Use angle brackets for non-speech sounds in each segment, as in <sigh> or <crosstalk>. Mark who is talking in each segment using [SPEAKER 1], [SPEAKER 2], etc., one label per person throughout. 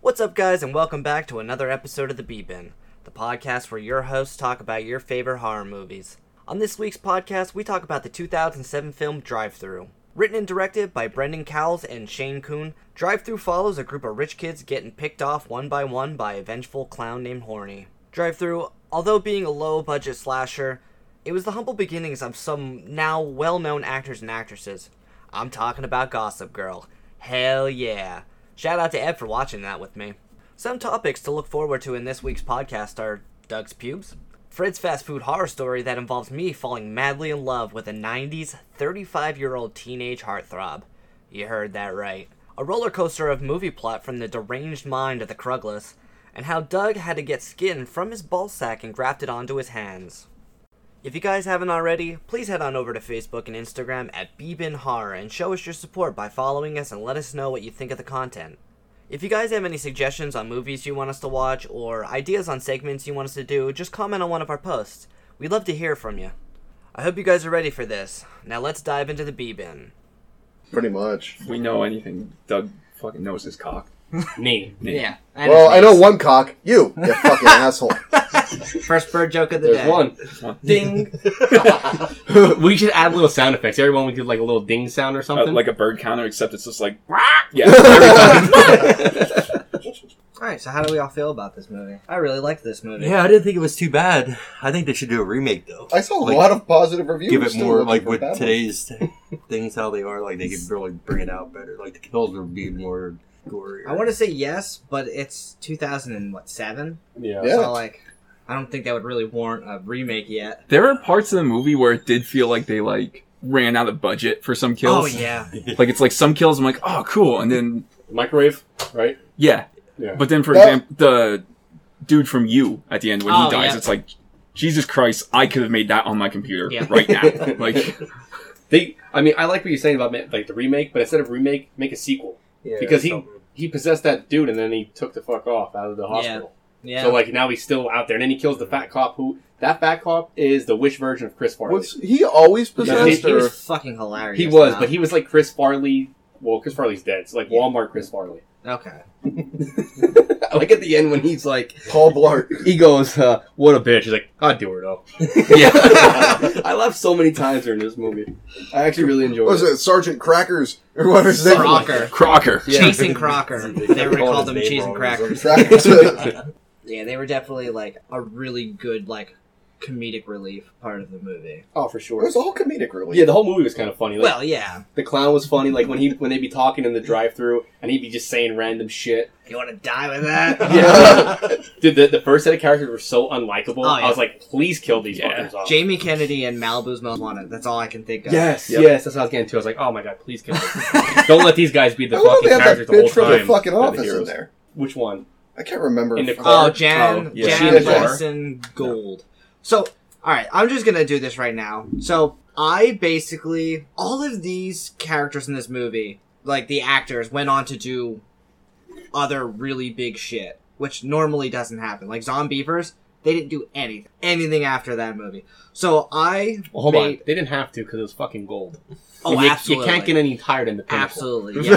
[SPEAKER 1] What's up, guys, and welcome back to another episode of The B Bin, the podcast where your hosts talk about your favorite horror movies. On this week's podcast, we talk about the 2007 film Drive Thru. Written and directed by Brendan Cowles and Shane Coon, Drive Thru follows a group of rich kids getting picked off one by one by a vengeful clown named Horny. Drive Thru, although being a low budget slasher, it was the humble beginnings of some now well known actors and actresses. I'm talking about Gossip Girl. Hell yeah. Shout out to Ed for watching that with me. Some topics to look forward to in this week's podcast are Doug's pubes, Fred's fast food horror story that involves me falling madly in love with a 90s 35 year old teenage heartthrob. You heard that right. A roller coaster of movie plot from the deranged mind of the Krugless, and how Doug had to get skin from his ballsack and graft it onto his hands. If you guys haven't already, please head on over to Facebook and Instagram at Bebin Horror and show us your support by following us and let us know what you think of the content. If you guys have any suggestions on movies you want us to watch or ideas on segments you want us to do, just comment on one of our posts. We'd love to hear from you. I hope you guys are ready for this. Now let's dive into the B bin.
[SPEAKER 2] Pretty much.
[SPEAKER 3] we know anything, Doug fucking knows his cock.
[SPEAKER 4] Me.
[SPEAKER 1] Yeah.
[SPEAKER 2] Well, I know one cock. You, you fucking asshole.
[SPEAKER 1] First bird joke of the
[SPEAKER 4] There's
[SPEAKER 1] day.
[SPEAKER 4] one.
[SPEAKER 1] Ding.
[SPEAKER 4] <laughs> we should add little sound effects. Everyone would do like a little ding sound or
[SPEAKER 3] Uh,
[SPEAKER 4] something.
[SPEAKER 3] like a bird counter, except it's just like, <laughs> yeah. every time.
[SPEAKER 2] <laughs>
[SPEAKER 1] All right. So how do we all feel about this movie? I really liked this movie.
[SPEAKER 5] Yeah, I didn't think it was too bad. I think they should do a remake though.
[SPEAKER 2] I saw a
[SPEAKER 5] Like,
[SPEAKER 2] lot of positive reviews.
[SPEAKER 5] Give it
[SPEAKER 2] Still
[SPEAKER 5] more
[SPEAKER 2] looking
[SPEAKER 5] like
[SPEAKER 2] for
[SPEAKER 5] with
[SPEAKER 2] bad ones.
[SPEAKER 5] today's <laughs> things how they are. Like they could really bring it out better. Like the kills would be more gory.
[SPEAKER 1] I want to say yes, but it's 2007.
[SPEAKER 2] Yeah.
[SPEAKER 1] So like, I don't think that would really warrant a remake yet.
[SPEAKER 3] There are parts of the movie where it did feel like they like ran out of budget for some kills.
[SPEAKER 1] Oh yeah.
[SPEAKER 3] Like it's like some kills I'm like, oh cool, and then
[SPEAKER 4] microwave, right?
[SPEAKER 3] yeah.
[SPEAKER 4] Yeah.
[SPEAKER 3] But then for
[SPEAKER 2] That-
[SPEAKER 3] example, the dude from You at the end when
[SPEAKER 1] Oh,
[SPEAKER 3] he dies,
[SPEAKER 1] yeah.
[SPEAKER 3] it's like. Jesus Christ! I could have made that on my computer
[SPEAKER 1] Yeah. <laughs>
[SPEAKER 3] right now. Like,
[SPEAKER 4] They. I mean, I like what you're saying about ma- like the remake, but instead of remake, make a sequel because he he possessed that dude and then he took the fuck off out of the hospital.
[SPEAKER 1] Yeah.
[SPEAKER 4] So like now he's still out there, and then he kills the fat cop. Who that fat cop is the wish version of Chris Farley.
[SPEAKER 2] Was he always
[SPEAKER 4] he-
[SPEAKER 2] possessed?
[SPEAKER 4] he
[SPEAKER 2] or-
[SPEAKER 1] was fucking hilarious.
[SPEAKER 4] he was,
[SPEAKER 1] though.
[SPEAKER 4] but he was like Chris Farley. Well, Chris Farley's dead. It's like
[SPEAKER 1] Yeah.
[SPEAKER 4] Walmart Chris Farley.
[SPEAKER 1] okay.
[SPEAKER 4] <laughs> like at the end when he's like,
[SPEAKER 2] Paul Blart.
[SPEAKER 4] he goes, uh, "What a bitch!" He's like, "I'd do her
[SPEAKER 1] <laughs>
[SPEAKER 4] though."
[SPEAKER 3] yeah,
[SPEAKER 4] I laughed so many times during this movie. I actually really enjoyed
[SPEAKER 2] What was
[SPEAKER 4] it.
[SPEAKER 2] it Sergeant Crackers or what was that?
[SPEAKER 1] Crocker.
[SPEAKER 3] Crocker.
[SPEAKER 4] Yeah.
[SPEAKER 5] <laughs>
[SPEAKER 1] Chasing Crocker. They were
[SPEAKER 4] Called
[SPEAKER 1] called
[SPEAKER 4] his
[SPEAKER 1] them
[SPEAKER 4] name
[SPEAKER 1] Cheese
[SPEAKER 4] wrong
[SPEAKER 1] and
[SPEAKER 4] or
[SPEAKER 2] <laughs>
[SPEAKER 1] Crackers.
[SPEAKER 2] Crackers.
[SPEAKER 1] Yeah, they were definitely like a really good like comedic relief part of the movie.
[SPEAKER 4] Oh, for
[SPEAKER 2] it
[SPEAKER 4] sure.
[SPEAKER 2] was all comedic, really.
[SPEAKER 4] Yeah,
[SPEAKER 2] <laughs>
[SPEAKER 4] the whole movie was kind of funny. Like,
[SPEAKER 1] Well, yeah.
[SPEAKER 4] the clown was funny. Like when he when they'd be talking in the drive-through and he'd be just saying random shit.
[SPEAKER 1] You want to die with that?
[SPEAKER 4] <laughs> Yeah. Dude, the, the first set of characters were so unlikable.
[SPEAKER 1] Oh, yeah.
[SPEAKER 4] I was like, please kill these
[SPEAKER 3] Yeah.
[SPEAKER 4] fuckers off.
[SPEAKER 1] Jamie Kennedy and Malibu's Most Wanted. That's all I can think of.
[SPEAKER 4] Yes,
[SPEAKER 3] Yep.
[SPEAKER 4] yes, that's what I was getting to. I was like, oh my god, please kill them.
[SPEAKER 1] <laughs>
[SPEAKER 4] Don't let these guys be the
[SPEAKER 2] I love
[SPEAKER 4] fucking
[SPEAKER 2] they had that
[SPEAKER 4] characters the whole
[SPEAKER 2] bitch from the
[SPEAKER 4] time.
[SPEAKER 2] fucking
[SPEAKER 3] They're the
[SPEAKER 2] office in
[SPEAKER 3] heroes.
[SPEAKER 2] there.
[SPEAKER 4] Which one?
[SPEAKER 2] I can't remember.
[SPEAKER 4] In the
[SPEAKER 2] if-
[SPEAKER 1] Oh,
[SPEAKER 2] <laughs>
[SPEAKER 4] car.
[SPEAKER 1] Jan,
[SPEAKER 3] Oh, yeah.
[SPEAKER 1] Jan
[SPEAKER 2] She did.
[SPEAKER 1] Jensen Gold. So, all right, I'm just gonna do this right now. So, I basically all of these characters in this movie, like the actors, went on to do other really big shit, which normally doesn't happen. Like Zombievers, they didn't do anything, anything after that movie. So I
[SPEAKER 4] Well, hold on.
[SPEAKER 1] made,
[SPEAKER 4] They didn't have to because it was fucking gold.
[SPEAKER 1] oh
[SPEAKER 4] you, you
[SPEAKER 1] absolutely,
[SPEAKER 4] can't get any higher than the pinnacle.
[SPEAKER 1] absolutely,
[SPEAKER 4] <laughs>
[SPEAKER 1] yeah.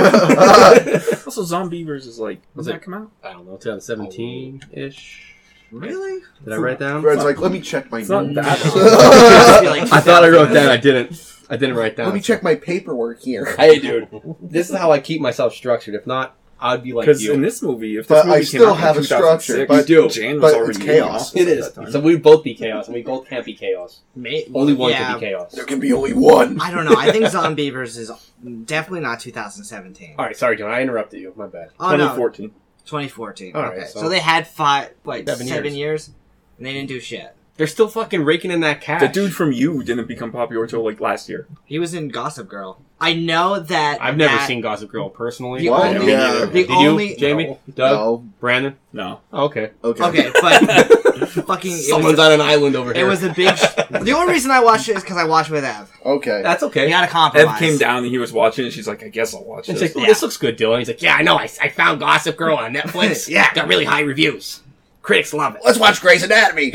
[SPEAKER 3] Also, Zombievers is like, was
[SPEAKER 4] Was it-
[SPEAKER 3] that come out?
[SPEAKER 4] I don't know, 2017 ish.
[SPEAKER 1] really?
[SPEAKER 4] Did I write down?
[SPEAKER 2] Fred's like, mm. let me check my
[SPEAKER 3] It's not
[SPEAKER 2] notes. <laughs>
[SPEAKER 3] that
[SPEAKER 4] <laughs> I thought I wrote down. I didn't. I didn't write down.
[SPEAKER 2] Let me check my paperwork
[SPEAKER 4] <laughs>
[SPEAKER 2] here.
[SPEAKER 4] Hey, dude. This is how I keep myself structured. If not, I'd be like
[SPEAKER 3] Because
[SPEAKER 4] you.
[SPEAKER 3] in this movie, if this
[SPEAKER 2] But
[SPEAKER 3] movie
[SPEAKER 2] I
[SPEAKER 3] came
[SPEAKER 2] still
[SPEAKER 3] out in
[SPEAKER 2] have a structure,
[SPEAKER 3] 2006,
[SPEAKER 2] but-
[SPEAKER 4] You do,
[SPEAKER 3] Jan was
[SPEAKER 2] but
[SPEAKER 3] already
[SPEAKER 2] it's
[SPEAKER 3] in the
[SPEAKER 2] chaos.
[SPEAKER 3] office
[SPEAKER 4] it
[SPEAKER 3] at
[SPEAKER 4] is.
[SPEAKER 3] that time.
[SPEAKER 4] So we'd both be chaos, and we both can't be chaos.
[SPEAKER 1] May-
[SPEAKER 4] Only one
[SPEAKER 1] yeah.
[SPEAKER 4] can be chaos.
[SPEAKER 2] There can be only one.
[SPEAKER 1] I don't know. I think Zombievers is definitely not 2017.
[SPEAKER 4] All right, sorry, John. I interrupted you. My bad.
[SPEAKER 1] Oh,
[SPEAKER 3] Uh,
[SPEAKER 1] no.
[SPEAKER 3] 2014.
[SPEAKER 1] 2014.
[SPEAKER 4] All
[SPEAKER 1] okay.
[SPEAKER 4] right,
[SPEAKER 1] so,
[SPEAKER 4] so-
[SPEAKER 1] they had five, like seven,
[SPEAKER 4] Seven
[SPEAKER 1] years.
[SPEAKER 4] years.
[SPEAKER 1] and they didn't do shit.
[SPEAKER 4] They're still fucking raking in that cash.
[SPEAKER 3] The dude from You didn't become popular until like last year.
[SPEAKER 1] He was in Gossip Girl. I know that.
[SPEAKER 4] I've never
[SPEAKER 1] that-
[SPEAKER 4] seen Gossip Girl personally.
[SPEAKER 1] The
[SPEAKER 4] I
[SPEAKER 2] only-
[SPEAKER 4] don't
[SPEAKER 2] Yeah.
[SPEAKER 4] either.
[SPEAKER 2] the
[SPEAKER 4] Did
[SPEAKER 1] only-
[SPEAKER 4] you, Jamie, Doug,
[SPEAKER 2] No.
[SPEAKER 4] Brandon?
[SPEAKER 3] No.
[SPEAKER 4] Oh, okay.
[SPEAKER 2] Okay.
[SPEAKER 1] Okay, but
[SPEAKER 3] <laughs>
[SPEAKER 1] fucking. It was,
[SPEAKER 4] on an island over
[SPEAKER 1] it
[SPEAKER 5] <laughs>
[SPEAKER 1] was a <laughs> big. Sh- the only reason I watched it is because I watched with Ev.
[SPEAKER 2] Okay.
[SPEAKER 4] That's
[SPEAKER 1] We
[SPEAKER 4] okay.
[SPEAKER 1] had a
[SPEAKER 3] Ev
[SPEAKER 1] compromise.
[SPEAKER 3] came down and he was watching and she's like, I guess I'll watch
[SPEAKER 4] It's
[SPEAKER 3] this.
[SPEAKER 4] like, "Ooh,
[SPEAKER 1] Yeah.
[SPEAKER 4] this looks good, Dylan. He's like, yeah, I know. I, I found Gossip Girl on Netflix. <laughs>
[SPEAKER 1] Yeah.
[SPEAKER 4] Got really high reviews. Critics love <laughs> it.
[SPEAKER 2] <laughs> Let's watch Grey's <laughs> Anatomy.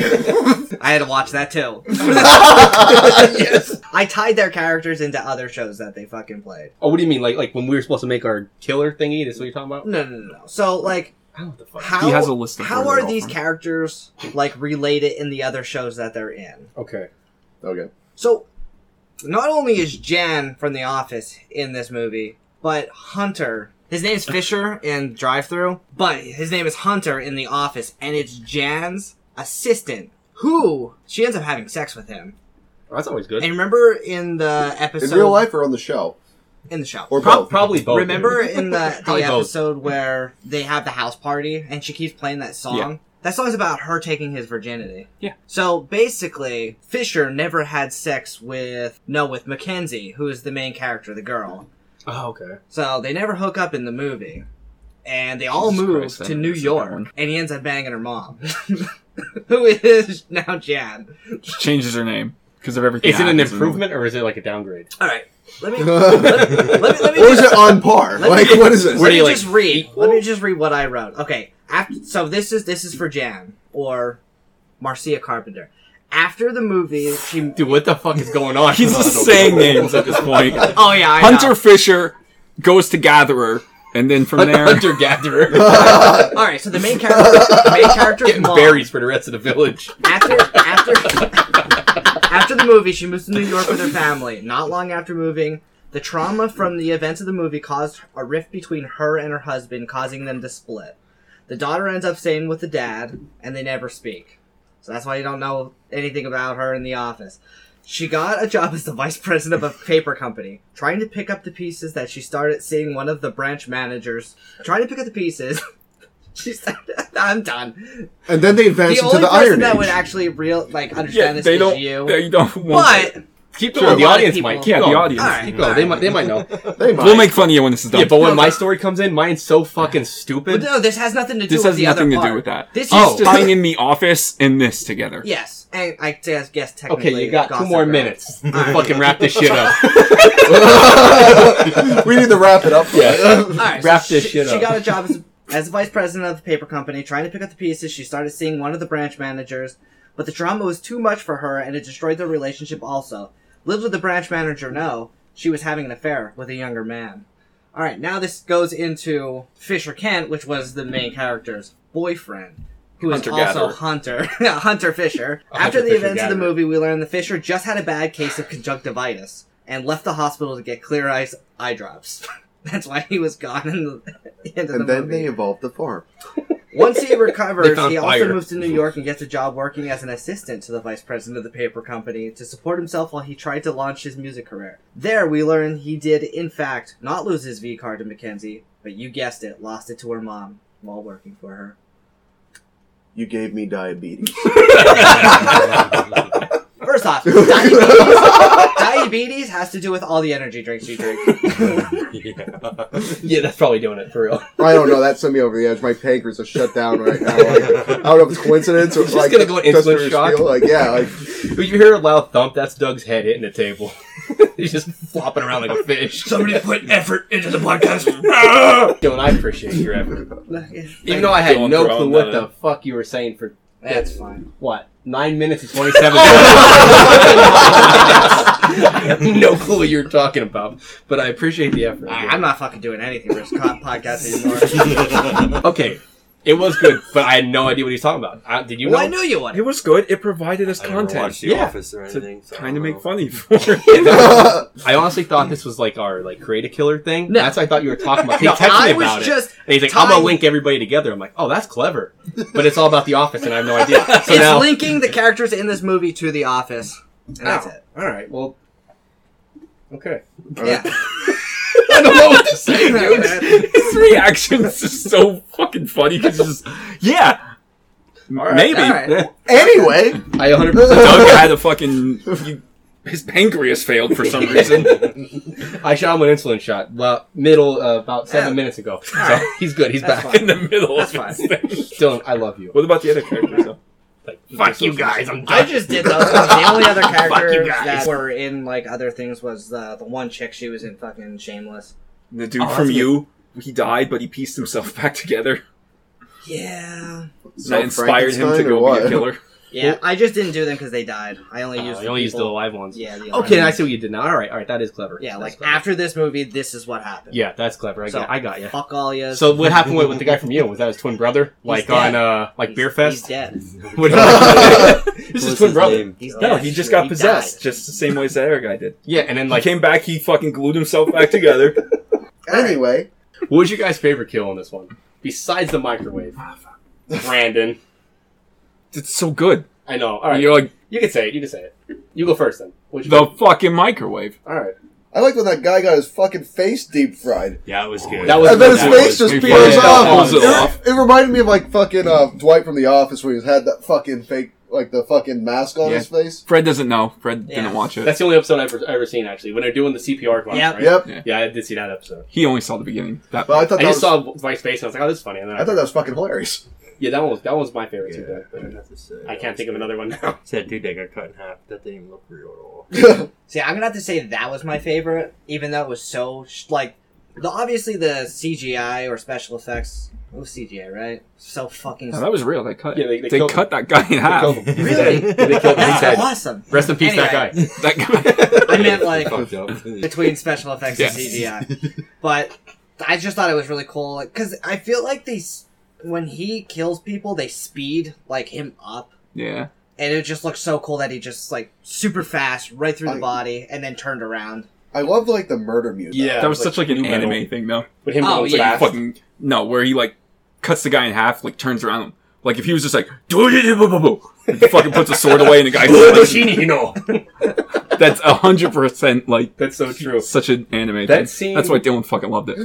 [SPEAKER 1] I had to watch that too.
[SPEAKER 2] yes.
[SPEAKER 1] I tied their characters into other shows that they fucking played.
[SPEAKER 4] Oh, what do you mean? Like, like when we were supposed to make our killer thingy? That's what you're talking about?
[SPEAKER 1] No, no, no, no. So like,
[SPEAKER 4] I don't know what the fuck.
[SPEAKER 1] How,
[SPEAKER 3] He has a list of
[SPEAKER 1] how
[SPEAKER 3] where
[SPEAKER 1] are
[SPEAKER 3] they're
[SPEAKER 1] these
[SPEAKER 3] all from.
[SPEAKER 1] characters like related in the other shows that they're in?
[SPEAKER 4] Okay. Okay.
[SPEAKER 1] So, not only is Jan from The Office in this movie, but Hunter. His name's Fisher in Drive Thru, but his name is Hunter in The Office, and it's Jan's assistant who she ends up having sex with him.
[SPEAKER 4] Well, Oh, that's always good.
[SPEAKER 1] And remember in the episode
[SPEAKER 2] in real life or on the show
[SPEAKER 1] in the show.
[SPEAKER 2] or
[SPEAKER 4] Pro-
[SPEAKER 2] both.
[SPEAKER 4] probably both.
[SPEAKER 1] Remember in the, the
[SPEAKER 4] Probably both.
[SPEAKER 1] episode where they have the house party and she keeps playing that song?
[SPEAKER 3] Yeah.
[SPEAKER 1] That song's about her taking his virginity.
[SPEAKER 3] Yeah.
[SPEAKER 1] So basically, Fisher never had sex with, no, with Mackenzie, who is the main character, the girl.
[SPEAKER 4] Oh, okay.
[SPEAKER 1] So they never hook up in the movie. And they all
[SPEAKER 3] Jesus
[SPEAKER 1] move
[SPEAKER 3] Christ, I
[SPEAKER 1] to
[SPEAKER 3] haven't
[SPEAKER 1] New
[SPEAKER 3] seen that
[SPEAKER 1] York.
[SPEAKER 3] one.
[SPEAKER 1] And he ends up banging her mom, <laughs> who is now Jan.
[SPEAKER 3] She changes her name because of everything.
[SPEAKER 4] Is it an
[SPEAKER 3] happens in the movie.
[SPEAKER 4] improvement or is it like a downgrade?
[SPEAKER 1] All right. Let
[SPEAKER 2] <laughs>
[SPEAKER 1] me.
[SPEAKER 2] let
[SPEAKER 1] Let me, let me, let me
[SPEAKER 2] or is
[SPEAKER 1] just-
[SPEAKER 2] it on par?
[SPEAKER 1] Let
[SPEAKER 2] Like
[SPEAKER 1] me-
[SPEAKER 2] what is this?
[SPEAKER 4] Where
[SPEAKER 1] Let
[SPEAKER 4] do
[SPEAKER 1] me
[SPEAKER 4] you, like,
[SPEAKER 1] just read.
[SPEAKER 4] equal?
[SPEAKER 1] Let me just read what I wrote. Okay. After, so this is this is for Jan or Marcia Carpenter. After the movie, she.
[SPEAKER 4] Dude, what the fuck is going
[SPEAKER 3] <laughs>
[SPEAKER 4] on?
[SPEAKER 3] He's just
[SPEAKER 4] <laughs>
[SPEAKER 3] saying names at this point.
[SPEAKER 1] Oh yeah, I
[SPEAKER 3] Hunter
[SPEAKER 1] know.
[SPEAKER 3] Fisher goes to Gatherer, and then from there,
[SPEAKER 4] <laughs> Hunter gatherer
[SPEAKER 1] All right. So the main character, the main character's
[SPEAKER 4] getting
[SPEAKER 1] mom.
[SPEAKER 4] berries for the rest of the village.
[SPEAKER 1] After after after the movie, she moves to New York with her family. Not long after moving. The trauma from the events of the movie caused a rift between her and her husband, causing them to split. The daughter ends up staying with the dad, and they never speak. So that's why you don't know anything about her in the office. She got a job as the vice president of a paper company, trying to pick up the pieces that she started seeing one of the branch managers. Trying to pick up the pieces. <laughs> She said, I'm done.
[SPEAKER 2] <laughs> And then they advance
[SPEAKER 1] The
[SPEAKER 2] into
[SPEAKER 1] only
[SPEAKER 2] the
[SPEAKER 1] person
[SPEAKER 2] Iron
[SPEAKER 1] that
[SPEAKER 2] Age.
[SPEAKER 1] would actually real like
[SPEAKER 3] yeah,
[SPEAKER 1] understand this
[SPEAKER 3] they
[SPEAKER 1] is
[SPEAKER 3] don't,
[SPEAKER 1] you.
[SPEAKER 3] they don't want.
[SPEAKER 1] but
[SPEAKER 4] Keep
[SPEAKER 1] Sure,
[SPEAKER 4] going. The
[SPEAKER 1] a lot of
[SPEAKER 4] audience
[SPEAKER 1] people-
[SPEAKER 4] might. Keep
[SPEAKER 3] yeah,
[SPEAKER 4] going.
[SPEAKER 3] the audience.
[SPEAKER 1] All right.
[SPEAKER 4] Keep going. They might. They might know.
[SPEAKER 2] they might.
[SPEAKER 3] We'll make fun of you when this is done.
[SPEAKER 4] Yeah, but when
[SPEAKER 1] No,
[SPEAKER 4] my
[SPEAKER 1] but-
[SPEAKER 4] story comes in, mine's so fucking
[SPEAKER 1] But
[SPEAKER 4] stupid.
[SPEAKER 1] no, this has nothing to do.
[SPEAKER 3] this
[SPEAKER 1] with
[SPEAKER 3] has
[SPEAKER 1] the other
[SPEAKER 3] nothing to
[SPEAKER 1] part.
[SPEAKER 3] do with that.
[SPEAKER 1] This
[SPEAKER 4] Oh.
[SPEAKER 1] is
[SPEAKER 3] <laughs>
[SPEAKER 1] just
[SPEAKER 3] Tying in the office and this together.
[SPEAKER 1] yes, and I guess, guess technically.
[SPEAKER 4] Okay, you got two
[SPEAKER 1] Gossip
[SPEAKER 4] more
[SPEAKER 1] Girl. <laughs>
[SPEAKER 4] minutes. <laughs>
[SPEAKER 1] All right.
[SPEAKER 4] Fucking wrap this shit up.
[SPEAKER 2] <laughs> we need to wrap it up.
[SPEAKER 1] All
[SPEAKER 4] <laughs>
[SPEAKER 1] right,
[SPEAKER 4] Wrap this
[SPEAKER 1] she,
[SPEAKER 4] shit
[SPEAKER 1] She
[SPEAKER 4] up.
[SPEAKER 1] got a job
[SPEAKER 4] <laughs>
[SPEAKER 1] as, as vice president of the paper company, trying to pick up the pieces. She started seeing one of the branch managers, but the drama was too much for her, and it destroyed their relationship. Also, lived with the branch manager. No, she was having an affair with a younger man. All right, now this goes into Fisher Kent, which was the main character's boyfriend. Who is also
[SPEAKER 3] Hunter-gatherer.
[SPEAKER 1] Hunter, <laughs> Hunter Fisher.
[SPEAKER 4] <laughs> Hunter
[SPEAKER 1] After the
[SPEAKER 4] Fisher
[SPEAKER 1] events of the
[SPEAKER 4] gatherer.
[SPEAKER 1] movie, we learn that Fisher just had a bad case of conjunctivitis and left the hospital to get clear eyes eye drops. <laughs> That's why he was gone in the <laughs> end of
[SPEAKER 2] And
[SPEAKER 1] the
[SPEAKER 2] then
[SPEAKER 1] movie.
[SPEAKER 2] they evolved the farm.
[SPEAKER 1] Once
[SPEAKER 2] <laughs>
[SPEAKER 1] he
[SPEAKER 4] They
[SPEAKER 1] recovers,
[SPEAKER 4] found
[SPEAKER 1] he also
[SPEAKER 4] fire.
[SPEAKER 1] moves to New York and gets a job working as an assistant to the vice president of the paper company to support himself while he tried to launch his music career. There, we learn he did, in fact, not lose his V card to Mackenzie, but you guessed it, lost it to her mom while working for her.
[SPEAKER 2] You gave me diabetes.
[SPEAKER 1] First
[SPEAKER 2] <laughs>
[SPEAKER 1] off, diabetes, diabetes has to do with all the energy drinks you
[SPEAKER 2] <laughs>
[SPEAKER 1] drink.
[SPEAKER 4] <laughs> yeah, that's probably doing it for real. <laughs>
[SPEAKER 2] I don't know. That sent me over the edge. My pancreas is shut down right now. Like, I don't know if it's coincidence or
[SPEAKER 4] He's
[SPEAKER 2] like
[SPEAKER 4] just gonna go
[SPEAKER 2] just
[SPEAKER 4] insulin
[SPEAKER 2] for your
[SPEAKER 4] shock.
[SPEAKER 2] spiel, Like yeah,
[SPEAKER 4] <laughs>
[SPEAKER 2] like <laughs>
[SPEAKER 4] If you hear a loud thump, that's Doug's head hitting the table. <laughs> He's just flopping around like a fish. <laughs> Somebody put effort into the podcast. <laughs> Dylan, I appreciate your effort. Even though I had
[SPEAKER 3] Dylan
[SPEAKER 4] no
[SPEAKER 3] throwing
[SPEAKER 4] clue what
[SPEAKER 3] that
[SPEAKER 4] the fuck you were saying for,
[SPEAKER 1] That's fine.
[SPEAKER 4] what, 9 minutes and <laughs> 27 seconds? I have <laughs> no clue what you're talking about, but I appreciate the effort.
[SPEAKER 1] I, I'm not fucking doing anything for this co- podcast anymore.
[SPEAKER 4] okay, it was good, but I had no idea what he was talking about. I, did <laughs> you
[SPEAKER 1] well, I
[SPEAKER 4] <laughs> know?
[SPEAKER 1] knew you
[SPEAKER 3] It
[SPEAKER 1] would.
[SPEAKER 3] was good. It provided us
[SPEAKER 5] I never watched
[SPEAKER 3] content.
[SPEAKER 5] The
[SPEAKER 4] Yeah.
[SPEAKER 5] Office or
[SPEAKER 3] To
[SPEAKER 5] anything. so I
[SPEAKER 3] Kind of
[SPEAKER 5] don't
[SPEAKER 3] make
[SPEAKER 5] know.
[SPEAKER 3] funny for it.
[SPEAKER 4] I honestly thought this was like our like create a killer thing.
[SPEAKER 1] No.
[SPEAKER 4] That's what I thought you were talking
[SPEAKER 1] <laughs>
[SPEAKER 4] about. He
[SPEAKER 1] No,
[SPEAKER 4] texted
[SPEAKER 1] I
[SPEAKER 4] me
[SPEAKER 1] was
[SPEAKER 4] about it.
[SPEAKER 1] just
[SPEAKER 4] And he's like,
[SPEAKER 1] tying-
[SPEAKER 4] I'm gonna link everybody together. I'm like, oh, that's clever, but it's all about the office, and I have no
[SPEAKER 1] <laughs>
[SPEAKER 4] idea. So
[SPEAKER 1] it's
[SPEAKER 4] now,
[SPEAKER 1] linking the characters in this movie to The Office. And that's
[SPEAKER 4] Ow.
[SPEAKER 1] it.
[SPEAKER 4] all right, well,
[SPEAKER 1] <laughs>
[SPEAKER 4] okay. <laughs>
[SPEAKER 1] Yeah.
[SPEAKER 4] I don't know what to say, dude.
[SPEAKER 3] His reaction is just so fucking funny because just yeah,
[SPEAKER 4] right,
[SPEAKER 3] maybe
[SPEAKER 1] all right.
[SPEAKER 2] anyway,
[SPEAKER 4] <laughs> I 100. percent
[SPEAKER 3] Doug had a fucking you, his pancreas failed for some reason.
[SPEAKER 4] I shot him an insulin shot well, middle uh, about seven
[SPEAKER 1] Yeah.
[SPEAKER 4] minutes ago. So
[SPEAKER 1] right.
[SPEAKER 4] <laughs> he's good. He's
[SPEAKER 1] That's
[SPEAKER 4] back.
[SPEAKER 1] fine.
[SPEAKER 3] in the middle
[SPEAKER 1] That's
[SPEAKER 3] of
[SPEAKER 1] fine.
[SPEAKER 3] his
[SPEAKER 4] <laughs>
[SPEAKER 3] thing.
[SPEAKER 4] Dylan, I love you.
[SPEAKER 3] What about the other characters? though?
[SPEAKER 4] Like,
[SPEAKER 3] Fuck you guys,
[SPEAKER 4] I'm
[SPEAKER 1] I just did
[SPEAKER 4] <laughs>
[SPEAKER 1] those. 'cause The only other characters
[SPEAKER 4] guys.
[SPEAKER 1] that were in like other things was the the one chick. She was in fucking Shameless.
[SPEAKER 3] The dude
[SPEAKER 4] Oh,
[SPEAKER 3] from
[SPEAKER 4] that's
[SPEAKER 3] you, he died, but he pieced himself <laughs> back together.
[SPEAKER 1] Yeah.
[SPEAKER 3] that inspired him to
[SPEAKER 2] Frankenstein or
[SPEAKER 3] go be
[SPEAKER 2] what?
[SPEAKER 3] a killer.
[SPEAKER 1] Yeah, I just didn't do them because they died. I only
[SPEAKER 4] Oh,
[SPEAKER 1] used.
[SPEAKER 4] you only used the
[SPEAKER 1] people-
[SPEAKER 4] live ones.
[SPEAKER 1] Yeah. The
[SPEAKER 4] Okay,
[SPEAKER 1] alive
[SPEAKER 4] I see what you did now. All right, all right, that is clever.
[SPEAKER 1] ones. Yeah,
[SPEAKER 4] That's
[SPEAKER 1] like
[SPEAKER 4] clever.
[SPEAKER 1] after this movie, this is what happened.
[SPEAKER 4] Yeah, that's clever. I,
[SPEAKER 1] So-
[SPEAKER 4] got, I got you.
[SPEAKER 1] Fuck all you.
[SPEAKER 4] So what happened with, with the guy from Yale? Was that his twin brother? Like
[SPEAKER 1] dead.
[SPEAKER 4] on uh like
[SPEAKER 1] he's,
[SPEAKER 4] Beer Fest?
[SPEAKER 1] He's dead.
[SPEAKER 4] <laughs> What-
[SPEAKER 3] This
[SPEAKER 5] What's
[SPEAKER 3] is twin
[SPEAKER 5] his
[SPEAKER 3] brother.
[SPEAKER 5] name?
[SPEAKER 1] He's dead.
[SPEAKER 3] No, he just got possessed, just the same way as that other guy did.
[SPEAKER 4] yeah, and then
[SPEAKER 3] Like,
[SPEAKER 4] like
[SPEAKER 3] he came back, he fucking glued himself back together.
[SPEAKER 2] Anyway,
[SPEAKER 4] what was your guys' favorite kill in this one? Besides the microwave. <laughs> Brandon.
[SPEAKER 3] It's so good.
[SPEAKER 4] I know. All right.
[SPEAKER 3] You're like
[SPEAKER 4] You can say it. You can say it. You go first then. What'd you
[SPEAKER 3] the
[SPEAKER 4] think?
[SPEAKER 3] fucking microwave.
[SPEAKER 4] All right.
[SPEAKER 2] I liked when that guy got his fucking face deep fried.
[SPEAKER 5] Yeah, it was good.
[SPEAKER 4] That was-
[SPEAKER 2] And then his
[SPEAKER 4] that
[SPEAKER 2] face
[SPEAKER 3] was-
[SPEAKER 2] just
[SPEAKER 3] we
[SPEAKER 2] peels
[SPEAKER 3] fucking
[SPEAKER 2] off.
[SPEAKER 3] pulls
[SPEAKER 2] It,
[SPEAKER 3] it off.
[SPEAKER 2] it reminded me of like fucking uh, Dwight from The Office when he had that fucking fake, like the fucking mask on
[SPEAKER 3] Yeah.
[SPEAKER 2] his face.
[SPEAKER 3] Fred doesn't know. Fred
[SPEAKER 1] Yeah.
[SPEAKER 3] didn't watch it.
[SPEAKER 4] That's the only episode I've ever, ever seen actually. When they're doing the CPR class,
[SPEAKER 1] Yep.
[SPEAKER 4] right?
[SPEAKER 2] Yep.
[SPEAKER 3] Yeah.
[SPEAKER 4] Yeah, I did see that episode.
[SPEAKER 3] he only saw the beginning. That
[SPEAKER 2] But I thought
[SPEAKER 4] I
[SPEAKER 2] that was,
[SPEAKER 4] just saw White Space and I was like, oh, this is funny. And then I,
[SPEAKER 2] I thought that was fucking hilarious. <laughs>
[SPEAKER 4] yeah, that one was that one's my favorite
[SPEAKER 5] Yeah,
[SPEAKER 4] too.
[SPEAKER 5] I
[SPEAKER 4] But
[SPEAKER 5] have to say,
[SPEAKER 4] I
[SPEAKER 5] that
[SPEAKER 4] can't
[SPEAKER 5] was
[SPEAKER 4] think of
[SPEAKER 5] good.
[SPEAKER 4] another one
[SPEAKER 5] <laughs>
[SPEAKER 4] now. <laughs>
[SPEAKER 5] It's that dude that got cut in half. That didn't even look real at all.
[SPEAKER 1] See, I'm gonna have to say that was my favorite, even though it was so sh- like the obviously the CGI or special effects. Oh, CGI, right? So fucking.
[SPEAKER 3] No, that was real. They cut.
[SPEAKER 4] Yeah, they-
[SPEAKER 3] they,
[SPEAKER 4] they killed
[SPEAKER 3] cut that guy in half.
[SPEAKER 4] killed him.
[SPEAKER 1] Really?
[SPEAKER 4] He's dead. They
[SPEAKER 1] <laughs>
[SPEAKER 4] killed him. He's
[SPEAKER 1] That's
[SPEAKER 4] dead.
[SPEAKER 1] awesome.
[SPEAKER 4] Rest in peace, that guy.
[SPEAKER 1] Anyway.
[SPEAKER 3] <laughs>
[SPEAKER 4] <laughs>
[SPEAKER 3] That guy.
[SPEAKER 1] I meant like
[SPEAKER 5] Fucked up.
[SPEAKER 1] between special effects
[SPEAKER 3] Yes.
[SPEAKER 1] and CGI, but I just thought it was really cool because I feel like they s- when he kills people, they speed like him up.
[SPEAKER 4] <laughs>
[SPEAKER 3] yeah.
[SPEAKER 1] And it just looks so cool that he just like super fast right through the
[SPEAKER 2] I-
[SPEAKER 1] body and then turned around.
[SPEAKER 2] I loved like the murder music.
[SPEAKER 3] That was such like an
[SPEAKER 4] new metal.
[SPEAKER 3] anime thing, though.
[SPEAKER 4] With him
[SPEAKER 1] Oh,
[SPEAKER 4] going
[SPEAKER 1] yeah.
[SPEAKER 3] <laughs>
[SPEAKER 4] fast.
[SPEAKER 3] Fucking no, where he like cuts the guy in half, like turns around. Like if he was just like, fucking puts a sword away and the
[SPEAKER 4] <laughs>
[SPEAKER 3] guy. That's a hundred percent like
[SPEAKER 4] That's so true.
[SPEAKER 3] such an anime.
[SPEAKER 4] That
[SPEAKER 3] thing.
[SPEAKER 4] scene-
[SPEAKER 3] That's why Dylan fucking loved it.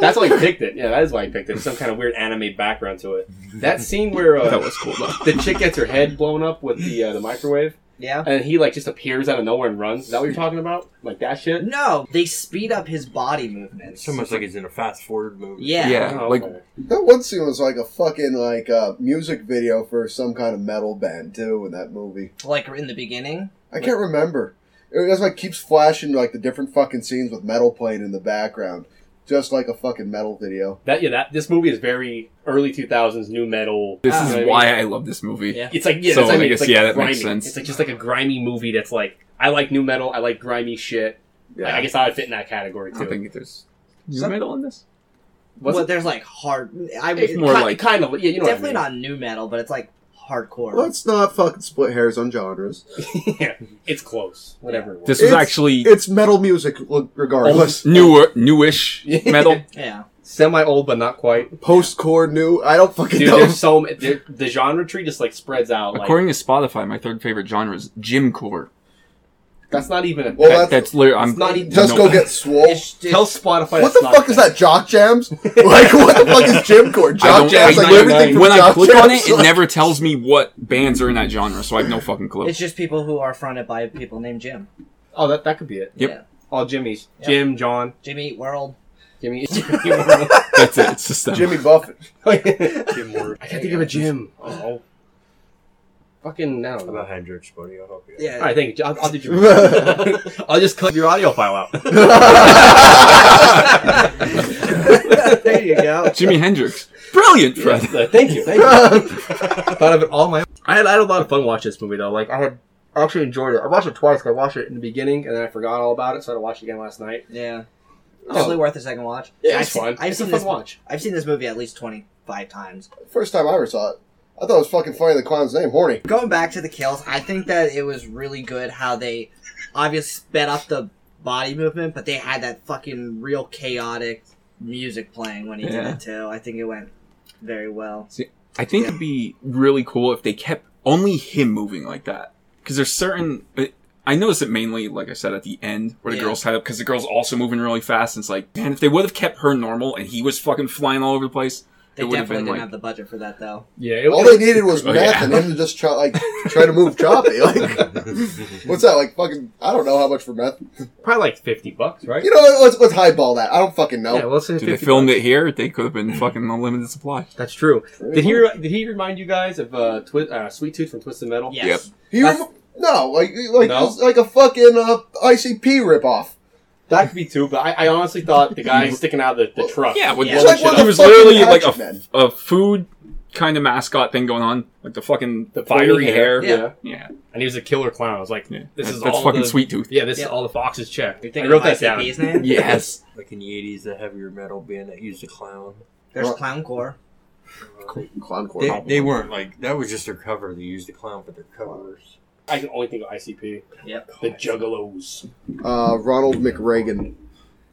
[SPEAKER 4] That's why I picked it. Yeah, that is why I picked it. Some kind of weird anime background to it. That scene where
[SPEAKER 3] That
[SPEAKER 4] uh,
[SPEAKER 3] was cool though.
[SPEAKER 4] the chick gets her head blown up with the uh, the microwave,
[SPEAKER 1] Yeah.
[SPEAKER 4] and he like just appears out of nowhere and runs. Is that what you're talking about? Like that shit?
[SPEAKER 1] No, they speed up his body movements.
[SPEAKER 5] It's almost like he's in a fast forward
[SPEAKER 1] <laughs>
[SPEAKER 5] mode.
[SPEAKER 1] yeah.
[SPEAKER 3] Yeah. like-
[SPEAKER 4] Oh, okay.
[SPEAKER 2] That one scene was like a fucking like uh, music video for some kind of metal band too in that movie.
[SPEAKER 1] Like in the beginning.
[SPEAKER 2] I can't remember. It just like keeps flashing like the different fucking scenes with metal playing in the background, just like a fucking metal video.
[SPEAKER 4] that. Yeah, that this movie is very early 2000s new metal.
[SPEAKER 3] This
[SPEAKER 1] Ah.
[SPEAKER 4] You know what
[SPEAKER 3] is
[SPEAKER 4] I
[SPEAKER 3] why
[SPEAKER 4] mean?
[SPEAKER 3] I love this movie.
[SPEAKER 1] Yeah.
[SPEAKER 4] It's like yeah,
[SPEAKER 3] So,
[SPEAKER 4] that's what I,
[SPEAKER 3] I
[SPEAKER 4] mean.
[SPEAKER 3] guess,
[SPEAKER 4] it's like
[SPEAKER 3] yeah, that
[SPEAKER 4] grimy.
[SPEAKER 3] makes sense.
[SPEAKER 4] It's like just like a grimy movie that's like I like new metal. I like grimy shit. Like, I guess I would fit in that
[SPEAKER 3] I
[SPEAKER 4] category too.
[SPEAKER 3] don't think there's new
[SPEAKER 1] Some-
[SPEAKER 3] metal in this.
[SPEAKER 4] Was
[SPEAKER 1] well,
[SPEAKER 4] it-
[SPEAKER 1] there's like hard. I
[SPEAKER 4] It's
[SPEAKER 1] would
[SPEAKER 3] more
[SPEAKER 4] ki-
[SPEAKER 3] like-
[SPEAKER 4] kind of yeah, you know
[SPEAKER 1] definitely
[SPEAKER 4] what
[SPEAKER 1] not new metal, but it's like hardcore.
[SPEAKER 2] Let's not fucking split hairs on genres.
[SPEAKER 4] I mean. <laughs> yeah, it's close. Whatever. It was.
[SPEAKER 3] This was
[SPEAKER 2] It's-
[SPEAKER 3] actually
[SPEAKER 2] It's metal music, l- regardless.
[SPEAKER 3] newer, newish
[SPEAKER 4] Yeah.
[SPEAKER 3] metal.
[SPEAKER 1] Yeah.
[SPEAKER 4] semi old but not quite.
[SPEAKER 2] Postcore new. I don't fucking
[SPEAKER 4] <laughs> Dude,
[SPEAKER 2] know.
[SPEAKER 4] there's so ma- there, the genre tree just like spreads out. Like
[SPEAKER 3] According to Spotify, my third favorite genre is gymcore.
[SPEAKER 4] that's not even a.
[SPEAKER 2] Well,
[SPEAKER 3] That,
[SPEAKER 2] that's-
[SPEAKER 3] that's literally I'm
[SPEAKER 4] it's not
[SPEAKER 2] <laughs>
[SPEAKER 4] even.
[SPEAKER 2] Just
[SPEAKER 3] No.
[SPEAKER 2] go get swole.
[SPEAKER 1] It's- it's-
[SPEAKER 4] Tell Spotify.
[SPEAKER 2] What
[SPEAKER 4] that's
[SPEAKER 2] the
[SPEAKER 4] not
[SPEAKER 2] fuck is that? Jock
[SPEAKER 3] <laughs>
[SPEAKER 2] jams? <laughs> Like what the fuck is gymcore?
[SPEAKER 3] I
[SPEAKER 2] Jock
[SPEAKER 3] don't-
[SPEAKER 2] jams?
[SPEAKER 3] I-
[SPEAKER 2] Like
[SPEAKER 3] I-
[SPEAKER 2] everything from
[SPEAKER 3] when I
[SPEAKER 2] jock
[SPEAKER 3] click
[SPEAKER 2] jams,
[SPEAKER 3] on it, it
[SPEAKER 2] like- <laughs>
[SPEAKER 3] never tells me what bands are in that genre, so I have no
[SPEAKER 1] <laughs>
[SPEAKER 3] fucking clue.
[SPEAKER 1] It's just people who are fronted by people named Jim.
[SPEAKER 4] Oh, that that could be it.
[SPEAKER 3] Yep.
[SPEAKER 1] Yeah.
[SPEAKER 4] All Jimmy's.
[SPEAKER 1] Yeah.
[SPEAKER 4] Jim, John,
[SPEAKER 1] Jimmy Eat World.
[SPEAKER 4] <laughs> Jimmy. Jimmy World.
[SPEAKER 3] That's it. It's just them.
[SPEAKER 2] Jimmy Buffett.
[SPEAKER 4] I Oh, can't
[SPEAKER 5] Jim Ward.
[SPEAKER 4] think of a Jim. Oh. Fucking no.
[SPEAKER 5] How about Hendrix, buddy? I'll help you.
[SPEAKER 1] Yeah.
[SPEAKER 4] All right, thank you. I'll, I'll do Jimmy. I'll just clip your audio file out.
[SPEAKER 1] there you go.
[SPEAKER 3] <laughs> Jimi Hendrix. Brilliant, Fred.
[SPEAKER 4] Uh, thank you. Thank you. <laughs> Thought of it all my. I had, I had a lot of fun watching this movie though. Like I had I actually enjoyed it. I watched it twice. 'cause I watched it in the beginning and then I forgot all about it, so I watched it again last night.
[SPEAKER 1] <laughs> Yeah.
[SPEAKER 4] Oh.
[SPEAKER 1] Totally worth a second watch.
[SPEAKER 4] Yeah,
[SPEAKER 1] I've
[SPEAKER 4] it's
[SPEAKER 1] seen-
[SPEAKER 4] fun.
[SPEAKER 1] I've
[SPEAKER 4] it's
[SPEAKER 1] seen
[SPEAKER 4] a fun
[SPEAKER 1] this.
[SPEAKER 4] watch.
[SPEAKER 1] I've seen this movie at least twenty five times.
[SPEAKER 2] First time I ever saw it, I thought it was fucking funny. The clown's name, horny.
[SPEAKER 1] Going back to the kills, I think that it was really good how they obviously sped up the body movement, but they had that fucking real chaotic music playing when he
[SPEAKER 3] Yeah.
[SPEAKER 1] did it too. I think it went very well.
[SPEAKER 3] I think it'd be really cool if they kept only him moving like that. Because there's certain. uh, I noticed it mainly, like I said, at the end where the
[SPEAKER 1] Yeah.
[SPEAKER 3] girls tied up because the girl's also moving really fast. And it's like, man, if they would have kept her normal and he was fucking flying all over the place,
[SPEAKER 1] They
[SPEAKER 3] it would have
[SPEAKER 1] definitely
[SPEAKER 3] been
[SPEAKER 1] didn't
[SPEAKER 3] like.
[SPEAKER 1] have the budget for that though.
[SPEAKER 4] Yeah, it,
[SPEAKER 2] All they needed was
[SPEAKER 3] Oh,
[SPEAKER 2] meth
[SPEAKER 3] yeah.
[SPEAKER 2] and him to just try like try to move choppy. <laughs> Like
[SPEAKER 5] <laughs>
[SPEAKER 2] what's that? Like fucking I don't know how much for meth.
[SPEAKER 4] probably like fifty bucks, right?
[SPEAKER 2] You know what? Let's let's highball that. I don't fucking know.
[SPEAKER 4] Yeah, let's say
[SPEAKER 3] Dude, they
[SPEAKER 4] 50
[SPEAKER 3] filmed
[SPEAKER 4] bucks.
[SPEAKER 3] it here. They could have been fucking unlimited supply.
[SPEAKER 4] That's true.
[SPEAKER 2] Pretty
[SPEAKER 4] Did he?
[SPEAKER 2] much.
[SPEAKER 4] re- Did he remind you guys of uh, Twi- uh, Sweet Tooth from Twisted Metal?
[SPEAKER 1] Yes.
[SPEAKER 2] He rem- no, like like
[SPEAKER 4] No?
[SPEAKER 2] it's like a fucking uh, ICP ripoff.
[SPEAKER 4] that could be too. But I, I honestly Mm-hmm. thought the guy sticking out of the, the truck.
[SPEAKER 3] Yeah, with
[SPEAKER 1] Yeah.
[SPEAKER 3] yeah.
[SPEAKER 1] It's like
[SPEAKER 2] one of
[SPEAKER 3] it
[SPEAKER 2] the
[SPEAKER 3] was
[SPEAKER 2] fucking
[SPEAKER 3] literally like a,
[SPEAKER 2] Action Men.
[SPEAKER 3] a food kind of mascot thing going on, like the fucking
[SPEAKER 4] The
[SPEAKER 3] fiery
[SPEAKER 4] pointy
[SPEAKER 3] hair.
[SPEAKER 4] hair,
[SPEAKER 3] Yeah,
[SPEAKER 4] yeah.
[SPEAKER 3] yeah.
[SPEAKER 4] And he was a killer clown. I was like,
[SPEAKER 3] yeah.
[SPEAKER 4] this is
[SPEAKER 3] that's
[SPEAKER 4] all
[SPEAKER 3] fucking
[SPEAKER 4] the-
[SPEAKER 3] sweet tooth.
[SPEAKER 4] yeah, this
[SPEAKER 1] Yeah.
[SPEAKER 4] is all the foxes check.
[SPEAKER 1] You're
[SPEAKER 4] I
[SPEAKER 1] thinking
[SPEAKER 4] wrote
[SPEAKER 1] of
[SPEAKER 4] that down.
[SPEAKER 1] ICP's name?
[SPEAKER 3] Yes,
[SPEAKER 5] Like in the 80s, the heavier metal band that used a clown. Uh,
[SPEAKER 1] There's
[SPEAKER 2] Well-
[SPEAKER 1] Clown Core.
[SPEAKER 2] Clown Corps.
[SPEAKER 5] They, they weren't like, that was just their cover. They used a clown for their covers.
[SPEAKER 4] I can only think of ICP.
[SPEAKER 1] Yep.
[SPEAKER 4] The Juggalos.
[SPEAKER 2] Uh, Ronald McRagan.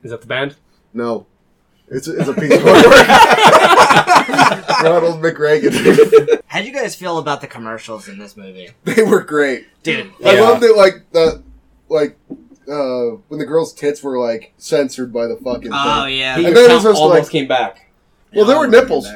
[SPEAKER 4] Is that the band?
[SPEAKER 2] No. It's a, it's a piece of artwork. <laughs> Ronald McRagan.
[SPEAKER 1] How'd you guys feel about the commercials in this movie?
[SPEAKER 2] <laughs> they were great.
[SPEAKER 1] Dude,
[SPEAKER 2] I
[SPEAKER 4] Yeah.
[SPEAKER 2] loved it, like, the, like, uh, when the girl's tits were, like, censored by the fucking thing.
[SPEAKER 3] Ah,
[SPEAKER 1] oh yeah.
[SPEAKER 2] And then it's just
[SPEAKER 4] almost
[SPEAKER 2] like-
[SPEAKER 4] came back.
[SPEAKER 2] Well, there were nipples.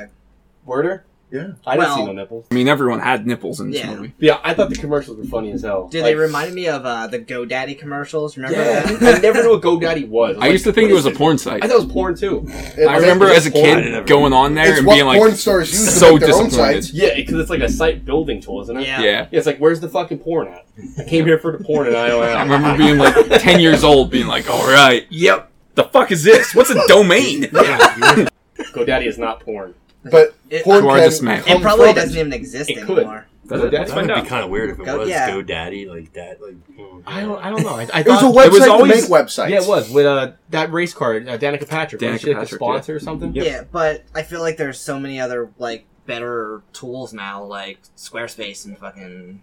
[SPEAKER 4] Werder?
[SPEAKER 2] Yeah.
[SPEAKER 4] I didn't see
[SPEAKER 1] Well-
[SPEAKER 4] no nipples.
[SPEAKER 3] I mean everyone had nipples in this
[SPEAKER 1] Yeah.
[SPEAKER 3] movie.
[SPEAKER 4] Yeah, I thought the commercials were funny as hell.
[SPEAKER 1] Dude,
[SPEAKER 4] Like,
[SPEAKER 1] they reminded me of uh, the GoDaddy commercials. Remember
[SPEAKER 4] <laughs> Yeah.
[SPEAKER 1] that?
[SPEAKER 4] I never knew what GoDaddy was. was
[SPEAKER 3] I used to
[SPEAKER 4] like,
[SPEAKER 3] think
[SPEAKER 4] what
[SPEAKER 3] it was a
[SPEAKER 4] is
[SPEAKER 3] porn
[SPEAKER 4] this?
[SPEAKER 3] site.
[SPEAKER 4] I thought it was porn too.
[SPEAKER 2] It-
[SPEAKER 3] I remember as a kid going on there
[SPEAKER 2] It's
[SPEAKER 3] and
[SPEAKER 2] what
[SPEAKER 3] being like,
[SPEAKER 2] porn stars use to
[SPEAKER 3] so
[SPEAKER 2] make their own
[SPEAKER 3] disappointed.
[SPEAKER 2] sites.
[SPEAKER 4] Yeah, because it's like a site building tool, isn't it?
[SPEAKER 1] Yeah.
[SPEAKER 3] yeah.
[SPEAKER 4] Yeah, it's like, where's the fucking porn at? I came here for the porn and <laughs> I don't
[SPEAKER 3] I
[SPEAKER 4] have. it.
[SPEAKER 3] remember being
[SPEAKER 2] <laughs>
[SPEAKER 3] like 10 years old, being like, all right, yep, the fuck is this?
[SPEAKER 2] <laughs>
[SPEAKER 3] What's a domain?
[SPEAKER 4] GoDaddy is not porn.
[SPEAKER 2] But
[SPEAKER 1] It,
[SPEAKER 2] porn
[SPEAKER 3] To our
[SPEAKER 2] can
[SPEAKER 3] dismay. It
[SPEAKER 1] it
[SPEAKER 2] come
[SPEAKER 1] probably
[SPEAKER 2] from
[SPEAKER 1] doesn't even exist
[SPEAKER 4] It could.
[SPEAKER 1] anymore.
[SPEAKER 4] Let's
[SPEAKER 5] That
[SPEAKER 4] find
[SPEAKER 5] would
[SPEAKER 4] out.
[SPEAKER 5] be kind of weird if it
[SPEAKER 1] Go-
[SPEAKER 5] was
[SPEAKER 1] yeah.
[SPEAKER 5] GoDaddy like that. Like, oh,
[SPEAKER 4] I
[SPEAKER 5] God.
[SPEAKER 4] don't. I don't know. I, I
[SPEAKER 2] It was a
[SPEAKER 4] thought-
[SPEAKER 2] website
[SPEAKER 3] it was always-
[SPEAKER 2] to make websites.
[SPEAKER 4] Yeah, it was with uh, that race car, uh, Danica Patrick.
[SPEAKER 3] Danica
[SPEAKER 4] Danica she, like,
[SPEAKER 3] Patrick,
[SPEAKER 4] the sponsor or something.
[SPEAKER 1] Yeah, but I feel like there's so many other like better tools now, like Squarespace and fucking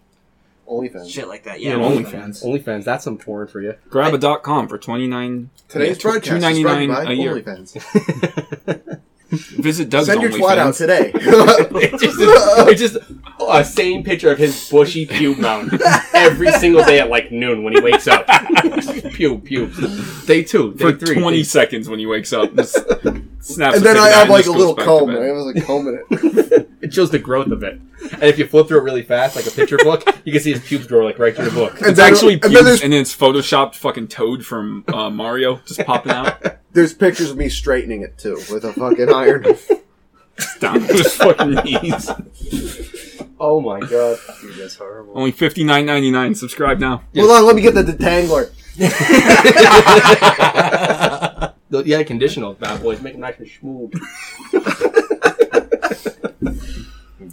[SPEAKER 2] OnlyFans.
[SPEAKER 1] shit like that. Yeah,
[SPEAKER 3] Yeah,
[SPEAKER 1] OnlyFans.
[SPEAKER 4] OnlyFans, that's some porn for <laughs> you.
[SPEAKER 3] Grab a dot com for 29.
[SPEAKER 2] Today's
[SPEAKER 3] Yeah,
[SPEAKER 2] broadcast is
[SPEAKER 3] $2.99
[SPEAKER 2] brought by
[SPEAKER 3] a year.
[SPEAKER 2] OnlyFans.
[SPEAKER 3] Visit Doug's
[SPEAKER 2] Send your
[SPEAKER 3] OnlyFans.
[SPEAKER 2] twat out <laughs> today.
[SPEAKER 4] It's just, it's just a same picture of his bushy pube <laughs> mountain every single day at like noon when he wakes up. <laughs> pube, pube. Day two, day
[SPEAKER 3] For
[SPEAKER 4] three.
[SPEAKER 3] 20
[SPEAKER 4] day-
[SPEAKER 3] seconds when you wakes up.
[SPEAKER 2] <laughs>
[SPEAKER 3] Just snaps
[SPEAKER 2] and
[SPEAKER 3] a
[SPEAKER 2] then
[SPEAKER 3] big
[SPEAKER 2] I
[SPEAKER 3] nine
[SPEAKER 2] have like
[SPEAKER 3] just
[SPEAKER 2] a
[SPEAKER 3] goes
[SPEAKER 2] little
[SPEAKER 3] back to
[SPEAKER 2] comb.
[SPEAKER 3] bed.
[SPEAKER 2] and I was like combing <laughs> it.
[SPEAKER 4] <laughs> It shows the growth of it. And if you flip through it really fast, like a picture book, you can see his pubes grow like right through the book.
[SPEAKER 3] It's
[SPEAKER 2] then-
[SPEAKER 3] actually
[SPEAKER 2] and then
[SPEAKER 3] pubes, and,
[SPEAKER 2] there's-
[SPEAKER 3] then it's photoshopped fucking Toad from uh, Mario just
[SPEAKER 2] <laughs>
[SPEAKER 3] popping out.
[SPEAKER 2] There's pictures of me straightening it too with a fucking <laughs> iron.
[SPEAKER 3] down to his fucking knees.
[SPEAKER 4] Oh my <laughs> god.
[SPEAKER 5] Dude, that's horrible.
[SPEAKER 3] Only fifty nine ninety nine. Subscribe now.
[SPEAKER 2] Hold on, let me get the detangler.
[SPEAKER 4] The- Yeah, conditional bad boys make him nice and smooth.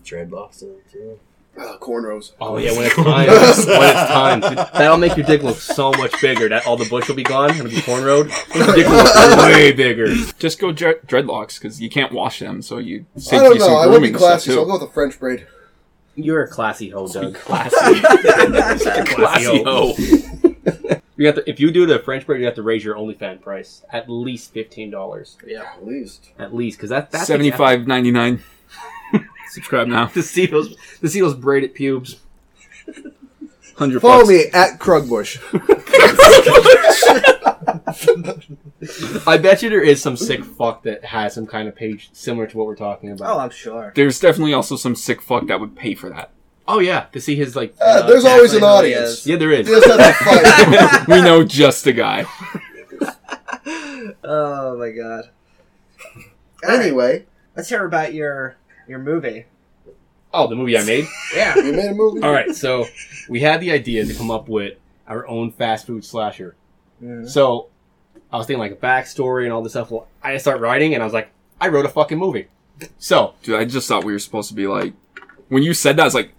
[SPEAKER 5] Dreadlocks in it, too.
[SPEAKER 2] Oh, cornrows.
[SPEAKER 4] Oh yeah, when it's time, when it's time, dude, that'll make your dick look so much bigger. That all the bush will be gone. It'll be cornrowed. Your dick will look way bigger.
[SPEAKER 3] Just go dre- dreadlocks because you can't wash them, so you
[SPEAKER 2] I
[SPEAKER 3] save
[SPEAKER 2] don't
[SPEAKER 3] you some
[SPEAKER 2] know. I would be
[SPEAKER 3] grooming stuff
[SPEAKER 2] classy, so I'll
[SPEAKER 3] too.
[SPEAKER 2] go with a French braid.
[SPEAKER 4] You're a classy <laughs> hoe, Doug.
[SPEAKER 3] Classy, classy.
[SPEAKER 4] Classy
[SPEAKER 3] Oh,
[SPEAKER 2] <laughs>
[SPEAKER 4] You have to, if you do the French bread, you have to raise your OnlyFans price at least fifteen dollars,
[SPEAKER 2] Yeah, at least.
[SPEAKER 4] at least, because that that's
[SPEAKER 3] seventy
[SPEAKER 4] <laughs>
[SPEAKER 3] five ninety nine. <laughs> Subscribe now.
[SPEAKER 4] To see those, to see those braided pubes.
[SPEAKER 3] Hundred.
[SPEAKER 2] Follow me at Krugbush.
[SPEAKER 4] I bet you there is some sick fuck that has some kind of page similar to what we're talking about.
[SPEAKER 1] Oh, I'm sure. <laughs>
[SPEAKER 3] There's definitely also some sick fuck that would pay for that. <laughs>
[SPEAKER 4] Oh yeah, to see his like.
[SPEAKER 2] Uh, there's always an
[SPEAKER 1] definitely
[SPEAKER 2] audience.
[SPEAKER 4] yeah, there is.
[SPEAKER 2] Just have to fight. <laughs>
[SPEAKER 3] we know just a guy.
[SPEAKER 1] Oh my god. Anyway,
[SPEAKER 2] Anyway,
[SPEAKER 1] let's hear about your your movie.
[SPEAKER 4] Oh, the movie I made.
[SPEAKER 1] Yeah.
[SPEAKER 2] you made a movie.
[SPEAKER 4] All right, so we had the idea to come up with our own fast food slasher.
[SPEAKER 1] Mhm.
[SPEAKER 4] So I was thinking like a backstory and all this stuff. Well, I start writing, and I was like, I wrote a fucking movie. So
[SPEAKER 3] Dude, I just thought we were supposed to be like. When you said that, I was like,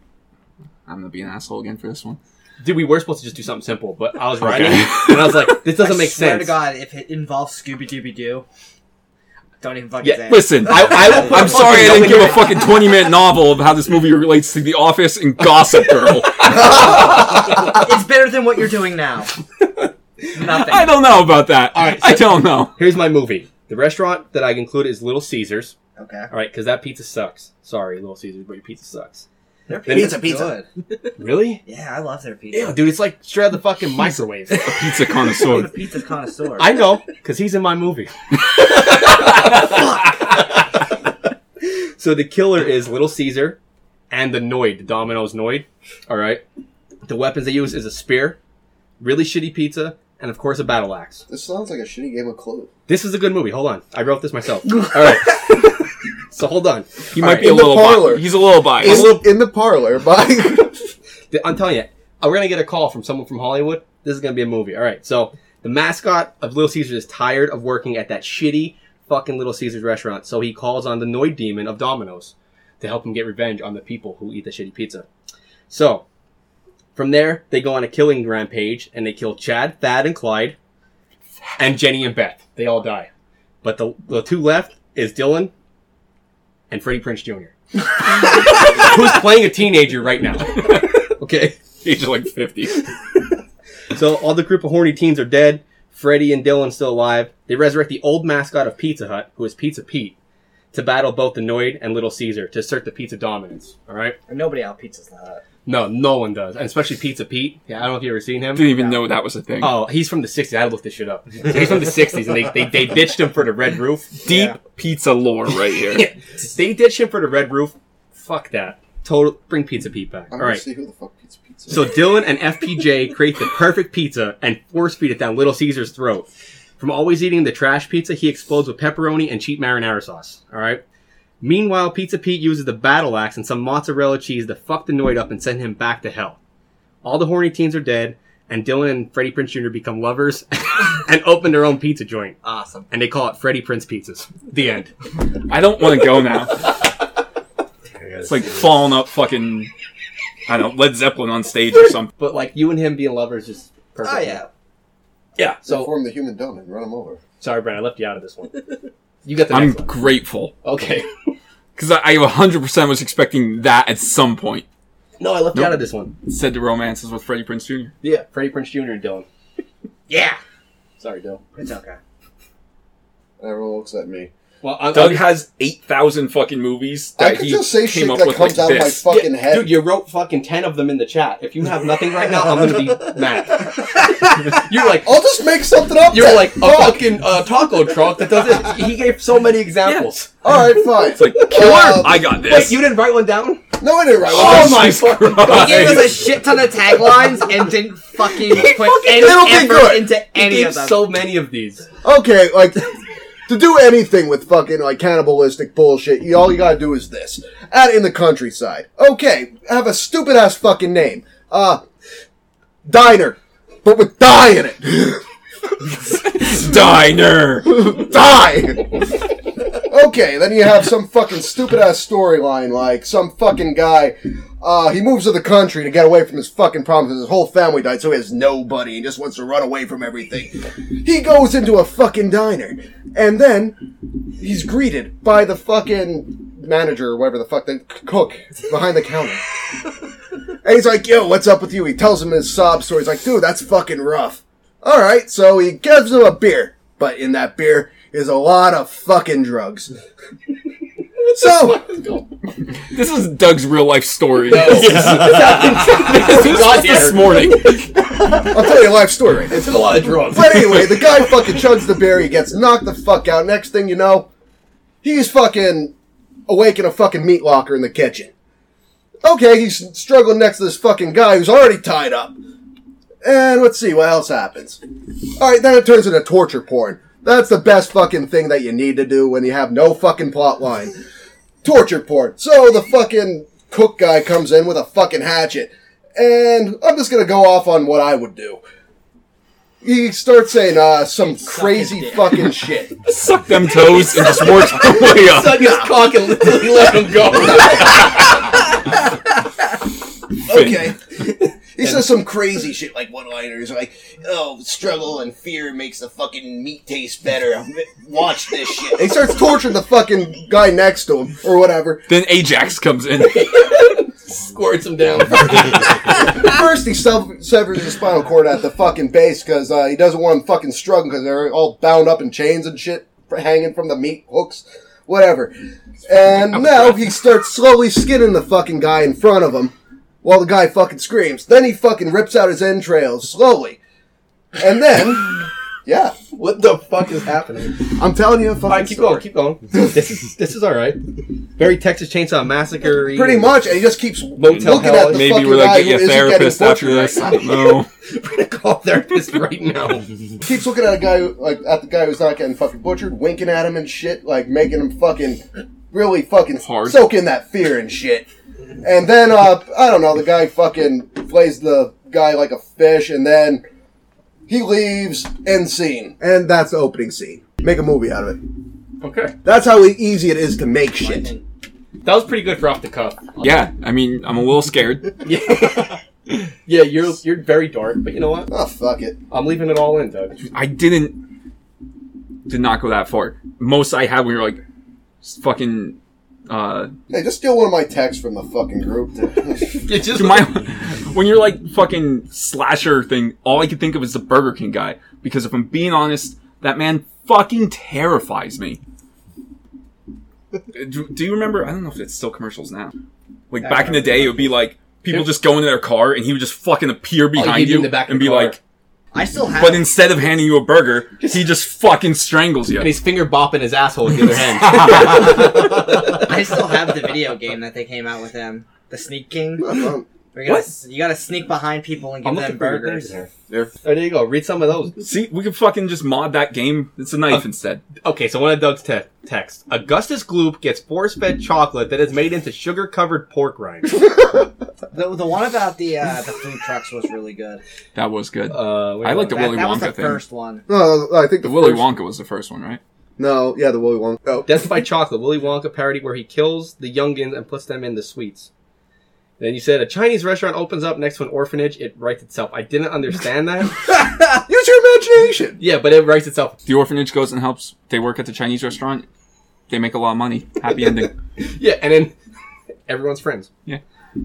[SPEAKER 3] I'm gonna be an asshole again for this one.
[SPEAKER 4] dude, we were supposed to just do something simple, but I was
[SPEAKER 2] <laughs>
[SPEAKER 4] writing,
[SPEAKER 3] Okay.
[SPEAKER 4] and I was like, this doesn't
[SPEAKER 1] I
[SPEAKER 4] make
[SPEAKER 1] swear
[SPEAKER 4] sense.
[SPEAKER 1] to God, if it involves Scooby Dooby Doo, don't even fucking
[SPEAKER 4] Yeah,
[SPEAKER 1] say it.
[SPEAKER 3] Listen, I,
[SPEAKER 1] <laughs>
[SPEAKER 4] <laughs>
[SPEAKER 3] I, I'm sorry I didn't give a fucking 20 minute novel of how this movie relates to The Office and Gossip
[SPEAKER 4] <laughs>
[SPEAKER 3] Girl.
[SPEAKER 1] It's better than what you're doing
[SPEAKER 4] <laughs>
[SPEAKER 1] now. Nothing.
[SPEAKER 3] I don't know about that.
[SPEAKER 4] All right,
[SPEAKER 3] I
[SPEAKER 4] so-
[SPEAKER 3] don't know.
[SPEAKER 4] <laughs> Here's my movie. The restaurant that I include is Little Caesars.
[SPEAKER 1] Okay.
[SPEAKER 4] All right, because that pizza sucks. Sorry, Little Caesars, but your pizza sucks.
[SPEAKER 1] Their pizza,
[SPEAKER 2] Pizza, pizza.
[SPEAKER 1] good.
[SPEAKER 4] Really?
[SPEAKER 1] Yeah, I love their pizza.
[SPEAKER 4] Yeah, dude, it's like straight out of the fucking microwave.
[SPEAKER 3] Pizza
[SPEAKER 1] I'm a
[SPEAKER 3] connoisseur.
[SPEAKER 1] pizza
[SPEAKER 4] <laughs>
[SPEAKER 1] connoisseur.
[SPEAKER 4] I know, because he's in my movie. <laughs> so the killer is Little Caesar and the Noid, the Domino's Noid. All right. The weapons they use is a spear, really shitty pizza, and of course a battle axe.
[SPEAKER 2] This sounds like a shitty game of Clue.
[SPEAKER 4] This is a good movie. Hold on. I wrote this myself. All right. so hold on.
[SPEAKER 3] He
[SPEAKER 4] All
[SPEAKER 3] might
[SPEAKER 4] right.
[SPEAKER 3] be a
[SPEAKER 2] In the
[SPEAKER 3] little
[SPEAKER 2] parlor.
[SPEAKER 3] bi- He's a little
[SPEAKER 2] In,
[SPEAKER 3] <laughs> biased.
[SPEAKER 2] in the parlor, <laughs> by
[SPEAKER 4] Th- I'm telling you, uh, we're gonna get a call from someone from Hollywood. This is gonna be a movie. All right, so the mascot of Little Caesars is tired of working at that shitty fucking Little Caesars restaurant, so he calls on the Noid Demon of Domino's. to help him get revenge on the people who eat the shitty pizza. So, from there, they go on a killing rampage and they kill Chad, Thad, and Clyde, and Jenny and Beth. They all die. But the, the two left is Dylan and Freddie Prince Jr., who's playing a teenager right now. okay.
[SPEAKER 3] Age of like 50.
[SPEAKER 4] So all the group of horny teens are dead. Freddy and Dylan still alive. They resurrect the old mascot of Pizza Hut, who is Pizza Pete, to battle both the Noid and Little Caesar to assert the pizza dominance. All right?
[SPEAKER 1] And nobody out pizzas the hut.
[SPEAKER 4] No, no one does, and especially Pizza Pete. Yeah, I don't know if you ever seen him.
[SPEAKER 3] Didn't even know that was a thing.
[SPEAKER 4] Oh, he's from the '60s. I looked this shit up. So he's from the '60s, and they, they, they ditched him for the red roof. <laughs>
[SPEAKER 3] Deep pizza lore right here.
[SPEAKER 2] <laughs>
[SPEAKER 4] Yeah. They ditched him for the red roof. Fuck that. Total. Bring Pizza Pete back.
[SPEAKER 2] I'm
[SPEAKER 4] All
[SPEAKER 2] gonna
[SPEAKER 4] right.
[SPEAKER 2] see who the fuck eats pizza.
[SPEAKER 4] So Dylan and FPJ create the perfect pizza and force feed it down Little Caesar's throat. From always eating the trash pizza, he explodes with pepperoni and cheap marinara sauce. All right. Meanwhile, Pizza Pete uses the battle axe and some mozzarella cheese to fuck the Noid up and send him back to hell. All the horny teens are dead, and Dylan and Freddie Prince Jr. become lovers <laughs> and open their own pizza joint,
[SPEAKER 1] Awesome.
[SPEAKER 4] and they call it Freddie Prince Pizzas. The end.
[SPEAKER 3] I don't want to go now. It's like falling up fucking, I don't know, Led Zeppelin on stage
[SPEAKER 2] <laughs>
[SPEAKER 3] or something.
[SPEAKER 4] But like you and him being lovers is perfect.
[SPEAKER 1] Oh yeah.
[SPEAKER 2] So
[SPEAKER 4] So
[SPEAKER 2] form the human donut and run him over.
[SPEAKER 4] sorry, Brian, I left you out of this one. You got the
[SPEAKER 3] I'm
[SPEAKER 4] next one.
[SPEAKER 3] grateful.
[SPEAKER 4] Okay.
[SPEAKER 3] Because I, I 100% was expecting that at some point.
[SPEAKER 4] No, I left you
[SPEAKER 3] Nope.
[SPEAKER 4] out of this one.
[SPEAKER 3] Said the romances with Freddie Prince Jr.
[SPEAKER 4] Yeah, Freddie Prince Jr. and <laughs> Dylan.
[SPEAKER 1] Yeah.
[SPEAKER 4] Sorry, Dylan.
[SPEAKER 1] It's
[SPEAKER 4] <laughs>
[SPEAKER 1] okay.
[SPEAKER 2] And everyone looks at me.
[SPEAKER 4] Well, I'm,
[SPEAKER 3] Doug has 8,000 fucking movies that
[SPEAKER 2] I could
[SPEAKER 3] he
[SPEAKER 2] just say
[SPEAKER 3] came
[SPEAKER 2] shit
[SPEAKER 3] up
[SPEAKER 2] that
[SPEAKER 3] with
[SPEAKER 2] comes
[SPEAKER 3] like
[SPEAKER 2] out of my
[SPEAKER 3] this.
[SPEAKER 2] fucking
[SPEAKER 4] Yeah,
[SPEAKER 2] head.
[SPEAKER 4] Dude, you wrote fucking ten of them in the chat. If you have nothing right now, I'm gonna <laughs> be mad. You're like
[SPEAKER 2] I'll just make something up.
[SPEAKER 4] you're
[SPEAKER 2] then.
[SPEAKER 4] like a
[SPEAKER 2] Fuck.
[SPEAKER 4] fucking uh, taco truck that does it. He gave so many examples.
[SPEAKER 2] All right, fine.
[SPEAKER 3] <laughs> It's like, killer,
[SPEAKER 2] Um,
[SPEAKER 3] I got this.
[SPEAKER 4] Wait, you didn't write one down?
[SPEAKER 2] no, I didn't write one.
[SPEAKER 3] <laughs> oh my
[SPEAKER 1] He
[SPEAKER 2] <laughs>
[SPEAKER 1] gave us a
[SPEAKER 3] Christ.
[SPEAKER 1] shit ton of taglines and didn't fucking put any
[SPEAKER 2] little bit
[SPEAKER 1] effort
[SPEAKER 2] good.
[SPEAKER 1] into
[SPEAKER 4] He
[SPEAKER 1] any
[SPEAKER 4] gave
[SPEAKER 1] of them.
[SPEAKER 4] so many of these.
[SPEAKER 2] okay, like to do anything with fucking like cannibalistic bullshit, you, all you gotta do is this: out in the countryside. Okay, have a stupid ass fucking name. Uh, diner, but with die in it.
[SPEAKER 3] Diner.
[SPEAKER 2] die. <laughs> okay, then you have some fucking stupid ass storyline like some fucking guy. Uh, he moves to the country to get away from his fucking problems, and his whole family died, so he has nobody and just wants to run away from everything. He goes into a fucking diner, and then he's greeted by the fucking manager or whatever the fuck, the c- cook behind the counter. And he's like, yo, what's up with you? He tells him his sob story. He's like, dude, that's fucking rough. All right, so he gives him a beer, but in that beer is a lot of fucking drugs. so,
[SPEAKER 3] <laughs> This is Doug's real life story.
[SPEAKER 2] <laughs>
[SPEAKER 4] This
[SPEAKER 3] This was this morning.
[SPEAKER 2] I'll tell you a life story.
[SPEAKER 4] It's a lot of drugs.
[SPEAKER 2] But anyway, the guy fucking chugs the beer, he gets knocked the fuck out. Next thing you know, he's fucking awake in a fucking meat locker in the kitchen. Okay, he's struggling next to this fucking guy who's already tied up. And let's see what else happens. Alright, then it turns into torture porn. That's the best fucking thing that you need to do when you have no fucking plot line. torture porn. So the fucking cook guy comes in with a fucking hatchet. And I'm just gonna go off on what I would do. He starts saying uh, some crazy fucking shit.
[SPEAKER 3] Suck them toes and just work
[SPEAKER 2] <laughs>
[SPEAKER 3] your way up.
[SPEAKER 4] Suck his cock and let- let him go.
[SPEAKER 2] Okay. <laughs> he says some crazy shit like one liners like,
[SPEAKER 6] Oh, struggle and fear makes the fucking meat taste better. Watch this shit.
[SPEAKER 2] he starts torturing the fucking guy next to him or whatever.
[SPEAKER 3] Then Ajax comes in.
[SPEAKER 4] Squirts him <laughs> down.
[SPEAKER 2] First, he sev- severs his spinal cord at the fucking base because uh, he doesn't want him fucking struggling because they're all bound up in chains and shit, for- hanging from the meat hooks, whatever. And now he starts slowly skinning the fucking guy in front of him while the guy fucking screams. Then he fucking rips out his entrails slowly. And then, <laughs> yeah,
[SPEAKER 4] what the fuck is happening?
[SPEAKER 2] I'm telling you, a
[SPEAKER 4] All
[SPEAKER 2] fucking
[SPEAKER 4] right, keep
[SPEAKER 2] story.
[SPEAKER 4] going, keep going. This is this is all right. Very Texas Chainsaw Massacre.
[SPEAKER 2] Pretty much, and he just keeps
[SPEAKER 4] Motel
[SPEAKER 2] looking
[SPEAKER 4] Hell.
[SPEAKER 2] at the
[SPEAKER 3] Maybe
[SPEAKER 2] fucking
[SPEAKER 3] we're
[SPEAKER 2] guy
[SPEAKER 3] like,
[SPEAKER 2] who
[SPEAKER 3] get you a
[SPEAKER 2] isn't getting
[SPEAKER 3] therapist after
[SPEAKER 2] butchered
[SPEAKER 3] this.
[SPEAKER 2] right
[SPEAKER 3] I don't know.
[SPEAKER 4] gonna <laughs> call therapist right now.
[SPEAKER 2] now. Keeps looking at a guy who- like at the guy who's not getting fucking butchered, winking at him and shit, like making him fucking really fucking
[SPEAKER 3] Hard.
[SPEAKER 2] soak in that fear and shit. And then uh, I don't know, the guy fucking plays the guy like a fish, and then he leaves end scene, and that's the opening scene. Make a movie out of it.
[SPEAKER 4] Okay.
[SPEAKER 2] That's how easy it is to make shit.
[SPEAKER 4] That was pretty good for off the cuff.
[SPEAKER 3] Yeah, I mean, I'm a little scared.
[SPEAKER 4] Yeah. yeah, you're you're very dark, but you know what?
[SPEAKER 2] Oh, fuck it.
[SPEAKER 4] I'm leaving it all in, Doug.
[SPEAKER 3] I didn't did not go that far. Most I had we were like s- fucking uh
[SPEAKER 2] Hey, just steal one of my texts from the fucking group. <laughs>
[SPEAKER 4] It's
[SPEAKER 3] <laughs>
[SPEAKER 4] just
[SPEAKER 3] dude, my when you're like fucking slasher thing, all I could think of is the Burger King guy because if I'm being honest, that man fucking terrifies me. Do, do you remember? I don't know if it's still commercials now. Like back in the day, it would be like people just go into their car and he would just fucking appear behind
[SPEAKER 4] Oh, he'd be
[SPEAKER 3] you
[SPEAKER 4] in the back of
[SPEAKER 3] and
[SPEAKER 4] the
[SPEAKER 3] be
[SPEAKER 4] car.
[SPEAKER 3] like,
[SPEAKER 1] I still have.
[SPEAKER 3] But instead of handing you a burger, he just fucking strangles you.
[SPEAKER 4] and he's finger bopping his asshole with the other hand.
[SPEAKER 1] <laughs> I still have the video game that they came out with them. The Sneak King.
[SPEAKER 2] Um,
[SPEAKER 1] We gotta, You gotta sneak behind people and give them burgers.
[SPEAKER 4] there you go. Read some of those.
[SPEAKER 3] See, we could fucking just mod that game. It's a knife
[SPEAKER 4] Uh,
[SPEAKER 3] instead.
[SPEAKER 4] Okay, so one of Doug's te- texts. Augustus Gloop gets force-fed chocolate that is made into sugar-covered
[SPEAKER 3] <laughs>
[SPEAKER 4] pork rinds.
[SPEAKER 1] The, the one about the uh, the food trucks was really good.
[SPEAKER 3] That was good.
[SPEAKER 4] Uh, wait a
[SPEAKER 3] I like
[SPEAKER 4] minute.
[SPEAKER 3] the
[SPEAKER 1] that
[SPEAKER 3] Willy
[SPEAKER 1] that was
[SPEAKER 3] Wonka
[SPEAKER 1] the
[SPEAKER 3] thing.
[SPEAKER 1] first
[SPEAKER 3] <laughs>
[SPEAKER 1] one.
[SPEAKER 2] no, uh, I think the,
[SPEAKER 3] The Willy
[SPEAKER 2] first-
[SPEAKER 3] Wonka was the first one, right?
[SPEAKER 2] No, yeah, the Willy Wonka. Oh.
[SPEAKER 4] Death by Chocolate, Willy Wonka parody where he kills the youngins and puts them in the sweets. Then you said a Chinese restaurant opens up next to an orphanage. It writes itself. I didn't understand that.
[SPEAKER 1] <laughs>
[SPEAKER 2] Use your imagination.
[SPEAKER 4] yeah, but it writes itself.
[SPEAKER 3] The orphanage goes and helps. They work at the Chinese restaurant. They make a lot of money. Happy <laughs> ending.
[SPEAKER 4] Yeah, and then <laughs> everyone's friends.
[SPEAKER 3] Yeah.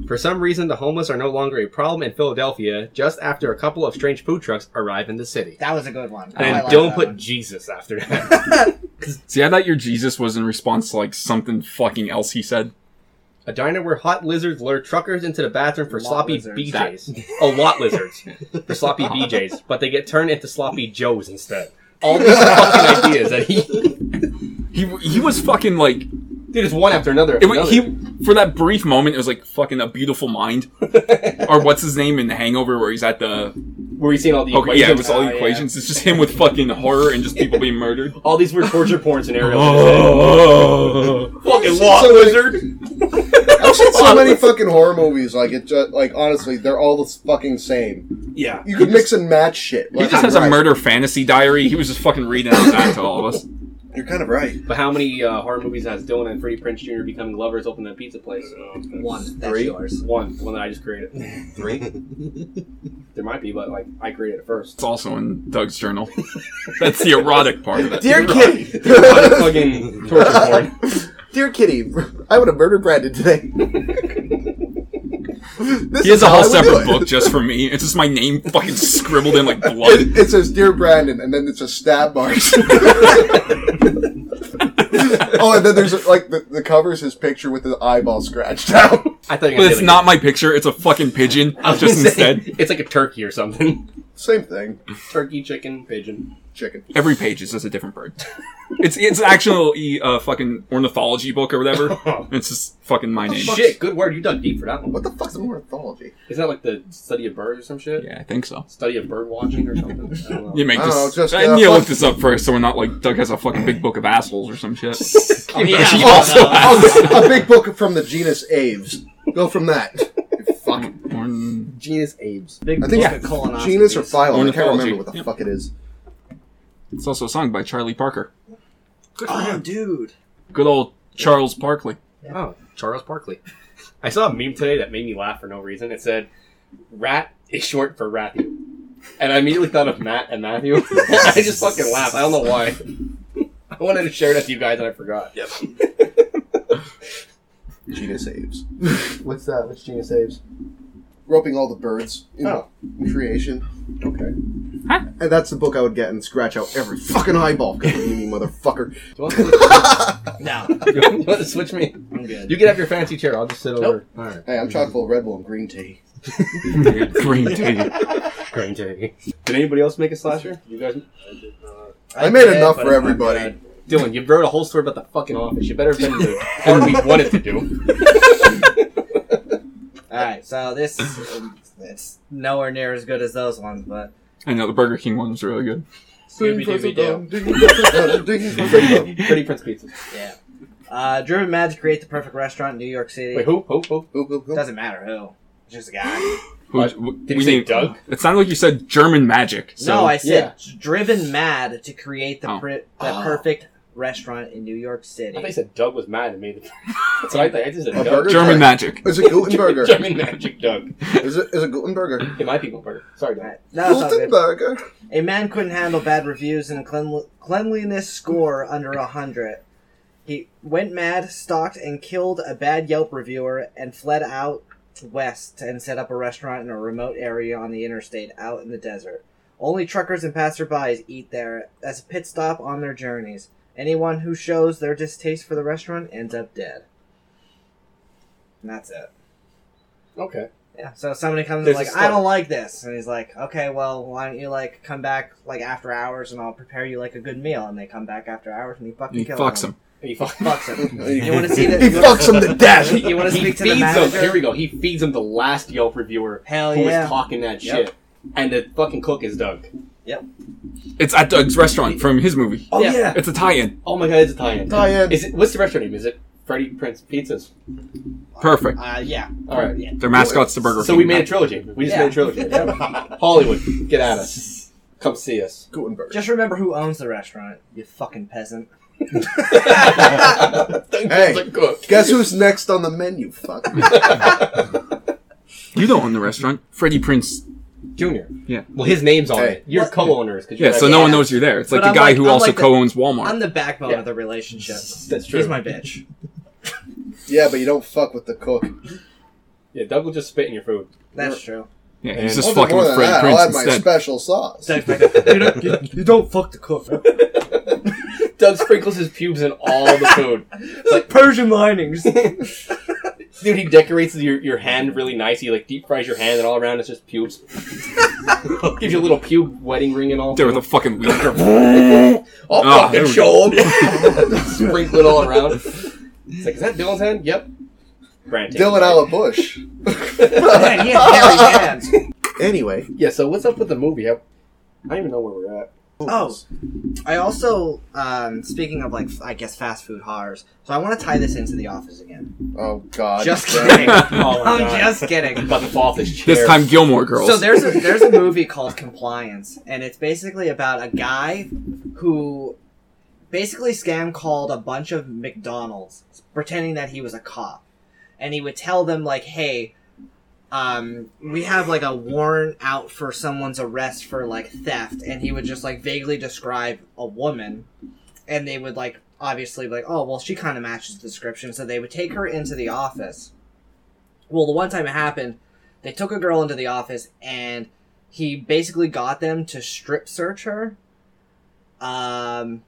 [SPEAKER 4] For some reason, the homeless are no longer a problem in Philadelphia. Just after a couple of strange food trucks arrive in the city,
[SPEAKER 1] That was a good one.
[SPEAKER 4] and
[SPEAKER 1] I like
[SPEAKER 4] don't
[SPEAKER 1] that
[SPEAKER 4] put
[SPEAKER 1] one.
[SPEAKER 4] Jesus after that.
[SPEAKER 3] See, I thought your Jesus was in response to like something fucking else he said.
[SPEAKER 4] a diner where hot lizards lure truckers into the bathroom for
[SPEAKER 1] Lot
[SPEAKER 4] sloppy
[SPEAKER 1] lizards.
[SPEAKER 4] BJ's. a lot lizards for
[SPEAKER 3] <laughs>
[SPEAKER 4] sloppy BJ's, but they get turned into sloppy Joes instead. All these fucking ideas that he <laughs>
[SPEAKER 3] He he was fucking like
[SPEAKER 4] Dude, it's one after another.
[SPEAKER 3] it,
[SPEAKER 4] After
[SPEAKER 3] wa-
[SPEAKER 4] another.
[SPEAKER 3] he for that brief moment it was like fucking a beautiful mind
[SPEAKER 4] <laughs>
[SPEAKER 3] or what's his name in the Hangover where he's at the
[SPEAKER 4] Were you seeing all the
[SPEAKER 3] okay yeah it was all
[SPEAKER 1] Oh,
[SPEAKER 3] the
[SPEAKER 1] yeah.
[SPEAKER 3] equations it's just him with fucking horror and just people being murdered.
[SPEAKER 4] all these weird torture porn
[SPEAKER 3] <laughs>
[SPEAKER 4] scenarios?
[SPEAKER 3] Oh.
[SPEAKER 4] Fucking
[SPEAKER 2] lot
[SPEAKER 4] lot
[SPEAKER 2] So many-
[SPEAKER 4] lizard.
[SPEAKER 2] I've seen so many fucking horror movies. Like it, just, like honestly, they're all the fucking same.
[SPEAKER 4] Yeah.
[SPEAKER 2] You could mix and match shit.
[SPEAKER 3] He just has a murder fantasy diary. He was just fucking reading out that to all of us.
[SPEAKER 2] You're kind of right.
[SPEAKER 4] But how many uh, horror movies has Dylan and Freddie Prince Jr. becoming lovers open a pizza place?
[SPEAKER 1] one. That's
[SPEAKER 4] Three?
[SPEAKER 1] yours.
[SPEAKER 4] <laughs> One, the one that I just created.
[SPEAKER 5] <laughs> Three.
[SPEAKER 4] There might be, but like I created it first.
[SPEAKER 3] It's <laughs> also in Doug's journal. That's the erotic part of it.
[SPEAKER 2] Dear Kitty,
[SPEAKER 4] Fucking
[SPEAKER 2] <laughs>
[SPEAKER 4] torture porn.
[SPEAKER 2] dear Kitty, I would have murdered Brandon today. this
[SPEAKER 3] He has a
[SPEAKER 2] how I
[SPEAKER 3] whole
[SPEAKER 2] would do
[SPEAKER 3] separate
[SPEAKER 2] it.
[SPEAKER 3] book just for me. It's just my
[SPEAKER 2] <laughs>
[SPEAKER 3] name fucking scribbled in like blood.
[SPEAKER 2] It, it says "Dear Brandon" and then it's a stab
[SPEAKER 3] <laughs>
[SPEAKER 2] marks. oh, and then there's like the, the covers his picture with the eyeball scratched out.
[SPEAKER 4] I thought you
[SPEAKER 3] But
[SPEAKER 4] were gonna
[SPEAKER 3] it's
[SPEAKER 4] say, like,
[SPEAKER 3] not my picture. It's a fucking
[SPEAKER 2] <laughs>
[SPEAKER 3] pigeon.
[SPEAKER 4] I was
[SPEAKER 3] <laughs> Just
[SPEAKER 4] gonna say,
[SPEAKER 3] instead,
[SPEAKER 4] It's like a turkey or something.
[SPEAKER 2] Same thing.
[SPEAKER 4] <laughs> Turkey, chicken, pigeon.
[SPEAKER 2] Chicken.
[SPEAKER 3] every page is just a different bird. It's it's an actual e uh, fucking ornithology book
[SPEAKER 2] <laughs>
[SPEAKER 3] or whatever. It's just fucking my name.
[SPEAKER 4] <laughs> Shit, good word. You dug deep for that one.
[SPEAKER 2] What the fuck's ornithology?
[SPEAKER 4] Isn't that like the study of birds or some shit?
[SPEAKER 3] Yeah, I think so.
[SPEAKER 4] Study of bird watching or something? I don't know.
[SPEAKER 3] You make
[SPEAKER 2] I don't
[SPEAKER 3] this.
[SPEAKER 2] know, just,
[SPEAKER 3] I
[SPEAKER 2] uh,
[SPEAKER 3] need to
[SPEAKER 2] fuck-
[SPEAKER 3] look this up first, so we're not like Doug has a fucking big book of assholes or
[SPEAKER 2] <laughs>
[SPEAKER 3] some shit.
[SPEAKER 1] Oh, yeah.
[SPEAKER 4] <laughs>
[SPEAKER 3] She
[SPEAKER 1] well,
[SPEAKER 3] also
[SPEAKER 1] no.
[SPEAKER 3] has-
[SPEAKER 2] Oh, a big book from the genus Aves. Go from that. You Fuck.
[SPEAKER 3] Orn-
[SPEAKER 4] Genus Abe's.
[SPEAKER 1] Big
[SPEAKER 2] I think
[SPEAKER 1] book
[SPEAKER 3] yeah.
[SPEAKER 1] of colonoscopies.
[SPEAKER 2] Genus or phylum? I can't
[SPEAKER 3] Ornithology.
[SPEAKER 2] remember what the
[SPEAKER 3] Yep.
[SPEAKER 2] fuck it is.
[SPEAKER 3] It's also a song by Charlie Parker.
[SPEAKER 1] Oh, dude.
[SPEAKER 3] Good old Charles Barkley. <laughs>
[SPEAKER 4] Oh, Charles Barkley. I saw a meme today that made me laugh for no reason. It said, "Rat is short for Ratthew," and I immediately thought of Matt and Matthew. <laughs> I just fucking laughed. I don't know why. <laughs> I wanted to share that to you guys, and I forgot. Yep.
[SPEAKER 2] Genus Aves.
[SPEAKER 4] What's that? What's Genius Saves?
[SPEAKER 2] Roping all the birds in
[SPEAKER 4] Oh.
[SPEAKER 2] creation.
[SPEAKER 4] Okay.
[SPEAKER 2] And that's the book I would get and scratch out every fucking eyeball. 'cause of you, you motherfucker.
[SPEAKER 4] Do you, want
[SPEAKER 1] <laughs>
[SPEAKER 4] to,
[SPEAKER 1] No,
[SPEAKER 4] do you want to switch me?
[SPEAKER 1] I'm good.
[SPEAKER 4] You can have your fancy chair. I'll just sit over. All <laughs> right.
[SPEAKER 2] Hey, I'm chock full of Red Bull and green tea.
[SPEAKER 3] Green
[SPEAKER 2] <laughs>
[SPEAKER 3] tea.
[SPEAKER 4] Green tea. Did anybody else make a slasher? You guys?
[SPEAKER 2] I, made
[SPEAKER 4] did,
[SPEAKER 2] enough
[SPEAKER 4] but
[SPEAKER 2] for
[SPEAKER 4] it's not
[SPEAKER 2] everybody.
[SPEAKER 4] good. Dylan, you wrote a whole story about the fucking office. You better have been <laughs> the part we wanted to <laughs> do.
[SPEAKER 1] All right, so this um, it's nowhere near as good as those ones, but
[SPEAKER 3] I know the Burger King one was really good.
[SPEAKER 4] Scooby-Doo.
[SPEAKER 2] Ding-a-ding-a-ding-a-ding-a-ding-a-ding.
[SPEAKER 4] Pretty Prince Pizza.
[SPEAKER 1] yeah. Uh, Drew and Mads create the perfect restaurant in New York City.
[SPEAKER 4] Wait, who? Who? Who?
[SPEAKER 2] Boop, boop, boop.
[SPEAKER 1] Doesn't matter who. It's Just a guy.
[SPEAKER 3] Who,
[SPEAKER 4] What?
[SPEAKER 3] wh-
[SPEAKER 4] Did you
[SPEAKER 3] we
[SPEAKER 4] say
[SPEAKER 3] named-
[SPEAKER 4] Doug?
[SPEAKER 3] It sounded like you said German magic. So
[SPEAKER 1] no, I said
[SPEAKER 4] yeah.
[SPEAKER 1] driven mad to create the,
[SPEAKER 3] Oh.
[SPEAKER 1] pri- the
[SPEAKER 4] Oh.
[SPEAKER 1] perfect restaurant in New York City.
[SPEAKER 4] I thought you said Doug was mad at <laughs> me. That's what I think. I just said
[SPEAKER 2] A
[SPEAKER 4] Doug.
[SPEAKER 2] burger?
[SPEAKER 3] German magic.
[SPEAKER 2] Is it Gutenberger?
[SPEAKER 4] <laughs> German magic Doug.
[SPEAKER 2] Is it is it Gutenberger?
[SPEAKER 4] It might be Goldberger. Sorry, Doug.
[SPEAKER 1] Right. No, it's all good.
[SPEAKER 3] <laughs>
[SPEAKER 2] Gutenberger.
[SPEAKER 1] A man couldn't handle bad reviews and a cleanli- cleanliness score under a 100. He went mad, stalked, and killed a bad Yelp reviewer and fled out west and set up a restaurant in a remote area on the interstate out in the desert. Only truckers and passerbys eat there as a pit stop on their journeys. Anyone who shows their distaste for the restaurant ends up dead. And that's it.
[SPEAKER 4] Okay.
[SPEAKER 1] Yeah. So somebody comes
[SPEAKER 4] There's
[SPEAKER 1] like,
[SPEAKER 4] a
[SPEAKER 1] I
[SPEAKER 4] start.
[SPEAKER 1] don't like this, and he's like, okay, well, why don't you like come back like after hours, and I'll prepare you like a good meal. And they come back after hours, and he fucking
[SPEAKER 3] He
[SPEAKER 1] kills
[SPEAKER 3] fucks
[SPEAKER 1] them.
[SPEAKER 3] him.
[SPEAKER 4] He <laughs> fuck-
[SPEAKER 1] Fucks
[SPEAKER 3] <laughs>
[SPEAKER 1] him.
[SPEAKER 2] He
[SPEAKER 1] you want to <laughs> see that?
[SPEAKER 2] fucks him to death.
[SPEAKER 1] You want to
[SPEAKER 4] He
[SPEAKER 1] speak to the
[SPEAKER 4] feeds him. Here
[SPEAKER 1] manager?
[SPEAKER 4] we go. He feeds him the last Yelp reviewer
[SPEAKER 1] Hell
[SPEAKER 4] who was
[SPEAKER 1] yeah!
[SPEAKER 4] talking that
[SPEAKER 1] Yep.
[SPEAKER 4] shit. And the fucking cook is Doug.
[SPEAKER 3] It's at Doug's restaurant from his movie.
[SPEAKER 4] Oh,
[SPEAKER 1] Yeah.
[SPEAKER 4] yeah.
[SPEAKER 3] It's a tie-in.
[SPEAKER 4] Oh, my God, it's Italian.
[SPEAKER 2] Tie-in.
[SPEAKER 4] Is it, what's the restaurant name? Is it Freddy Prince Pizzas?
[SPEAKER 3] Perfect.
[SPEAKER 1] Uh, yeah.
[SPEAKER 4] All right.
[SPEAKER 3] Their mascot's the Burger King.
[SPEAKER 4] So we made a trilogy. We just
[SPEAKER 1] Yeah.
[SPEAKER 4] made a
[SPEAKER 1] <laughs>
[SPEAKER 4] trilogy. Hollywood, get at us. Come see
[SPEAKER 2] <laughs>
[SPEAKER 4] us.
[SPEAKER 2] Gutenberger.
[SPEAKER 1] Just remember who owns the restaurant. You fucking peasant.
[SPEAKER 2] Hey,
[SPEAKER 4] cook.
[SPEAKER 2] guess who's next on the menu? Fuck.
[SPEAKER 3] You don't own the restaurant. Freddie Prince.
[SPEAKER 4] Junior.
[SPEAKER 3] Yeah.
[SPEAKER 4] Well, his name's on
[SPEAKER 2] Hey.
[SPEAKER 4] it. You're
[SPEAKER 1] What?
[SPEAKER 4] co-owners.
[SPEAKER 3] Yeah, so no one knows you're there. It's like
[SPEAKER 1] But
[SPEAKER 3] the
[SPEAKER 1] I'm
[SPEAKER 3] guy
[SPEAKER 1] like-
[SPEAKER 3] who
[SPEAKER 1] I'm
[SPEAKER 3] also
[SPEAKER 1] like the-
[SPEAKER 3] co-owns Walmart.
[SPEAKER 1] I'm the backbone
[SPEAKER 4] Yeah.
[SPEAKER 1] of the relationship.
[SPEAKER 4] That's true.
[SPEAKER 1] He's my bitch.
[SPEAKER 2] Yeah, but you don't fuck with the cook.
[SPEAKER 4] Yeah, Doug will just spit in your food. <laughs>
[SPEAKER 1] That's true.
[SPEAKER 3] yeah, he's
[SPEAKER 4] And-
[SPEAKER 3] just
[SPEAKER 2] I'll do
[SPEAKER 3] fucking
[SPEAKER 2] more
[SPEAKER 3] with
[SPEAKER 2] than
[SPEAKER 3] Freddie
[SPEAKER 2] that.
[SPEAKER 3] Prince
[SPEAKER 2] I'll add my
[SPEAKER 3] instead.
[SPEAKER 2] special sauce.
[SPEAKER 1] you, don't, you, you don't fuck the cook.
[SPEAKER 4] Doug sprinkles his pubes in all the food.
[SPEAKER 1] It's like Persian <laughs> linings.
[SPEAKER 4] Dude, he decorates your, your hand really nice. He like deep fries your hand, and all around it's just pubes. <laughs> Gives you a little pube wedding ring and all.
[SPEAKER 3] there with
[SPEAKER 2] <laughs>
[SPEAKER 3] a fucking wheel.
[SPEAKER 4] I'll
[SPEAKER 3] Ah, there
[SPEAKER 4] fucking
[SPEAKER 3] we <laughs>
[SPEAKER 4] show <laughs> him. Sprinkle it all around. It's like, is that Dylan's hand? Yep. Brand taking
[SPEAKER 2] Dylan
[SPEAKER 4] it.
[SPEAKER 2] Alla Bush.
[SPEAKER 1] Man, he has hairy hands.
[SPEAKER 2] Anyway,
[SPEAKER 4] <laughs> Yeah, so what's up with the movie? I, I don't even know where
[SPEAKER 1] <laughs>
[SPEAKER 4] we're at.
[SPEAKER 1] Oh, I also um, speaking of like f- I guess fast food horrors. So I want to tie this into The Office again.
[SPEAKER 2] oh god.
[SPEAKER 1] Just
[SPEAKER 2] Yeah.
[SPEAKER 1] kidding.
[SPEAKER 4] Oh,
[SPEAKER 1] <laughs> I'm just kidding.
[SPEAKER 4] about to fall off this chair.
[SPEAKER 3] this time Gilmore Girls.
[SPEAKER 1] So there's a, there's a movie called Compliance, and it's basically about a guy who basically scam called a bunch of McDonald's, pretending that he was a cop, and he would tell them like, "Hey, um, we have like a warrant out for someone's arrest for like theft," and he would just like vaguely describe a woman, and they would like obviously be like, "Oh, well, she kind of matches the description," so they would take her into the office. Well, the one time it happened, they took a girl into the office and he basically got them to strip search her. Um,